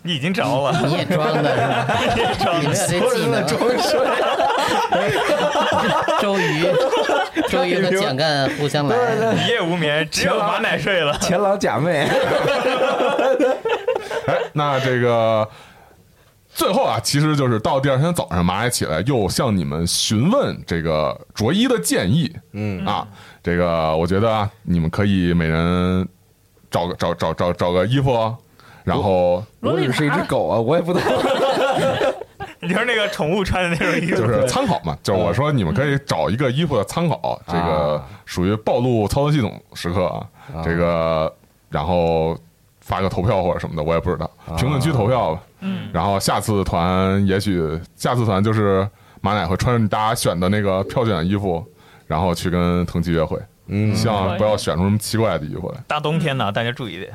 你已经着了，
你也装的是吧？你没有这技能， 周瑜，周瑜和蒋干互相来，
一夜无眠，只有马奶睡了。
前狼假寐，
哎，那这个最后啊，其实就是到第二天早上，马也起来又向你们询问这个卓一的建议。嗯啊，这个我觉得啊，你们可以每人找个找找找找个衣服哦，然后
我只是一只狗啊，我也不懂。
你就是那个宠物穿的那种衣 服，
就是参考嘛，就是我说你们可以找一个衣服的参考，这个属于暴露操作系统时刻啊，这个然后发个投票或者什么的，我也不知道，评论区投票吧。嗯，然后下次团也许下次团就是马奶会穿着大家选的那个票选衣服，然后去跟藤崎约会。
嗯
希望不要选出什么奇怪的衣服来。
大冬天的，大家注意点。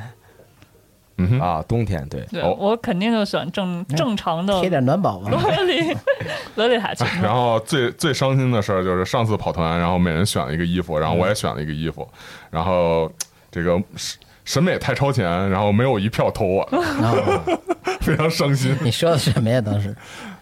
嗯哼，
啊，冬天对，
对、
哦
我肯定就选正
嗯
正常的
贴点暖宝吧。
洛丽 洛丽塔裙子。
然后最最伤心的事儿就是上次跑团，然后每人选了一个衣服，然后我也选了一个衣服，然后这个审审美太超前，然后没有一票投我， 非常伤心
你说的什么呀？当时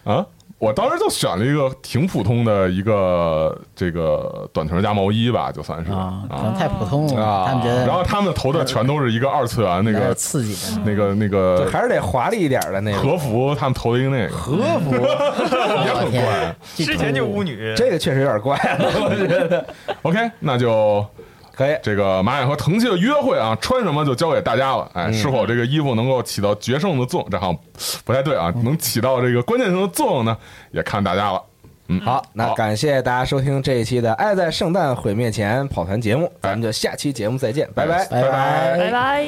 啊！我当时就选了一个挺普通的一个这个短裙加毛衣吧，就算是
啊，可
啊。
能太普通了，
啊
他们觉得
然后他们投的全都是一个二次元那
有点
个
刺激的。
那个那
就
个
还是得华丽一点的那个
和服，他们投了一个那个，
和服，
我的天，
之前就巫女，
这个确实有点怪了，我觉得
OK，那就
可以。
这个马雅和藤崎的约会啊，穿什么就交给大家了。哎，是否这个衣服能够起到决胜的作用？这好像不太对啊，能起到这个关键性的作用呢，也看大家了。嗯，
好，那
好
感谢大家收听这一期的《爱在圣诞毁灭前》跑团节目，咱们就下期节目再见，拜拜。
拜
拜
拜拜。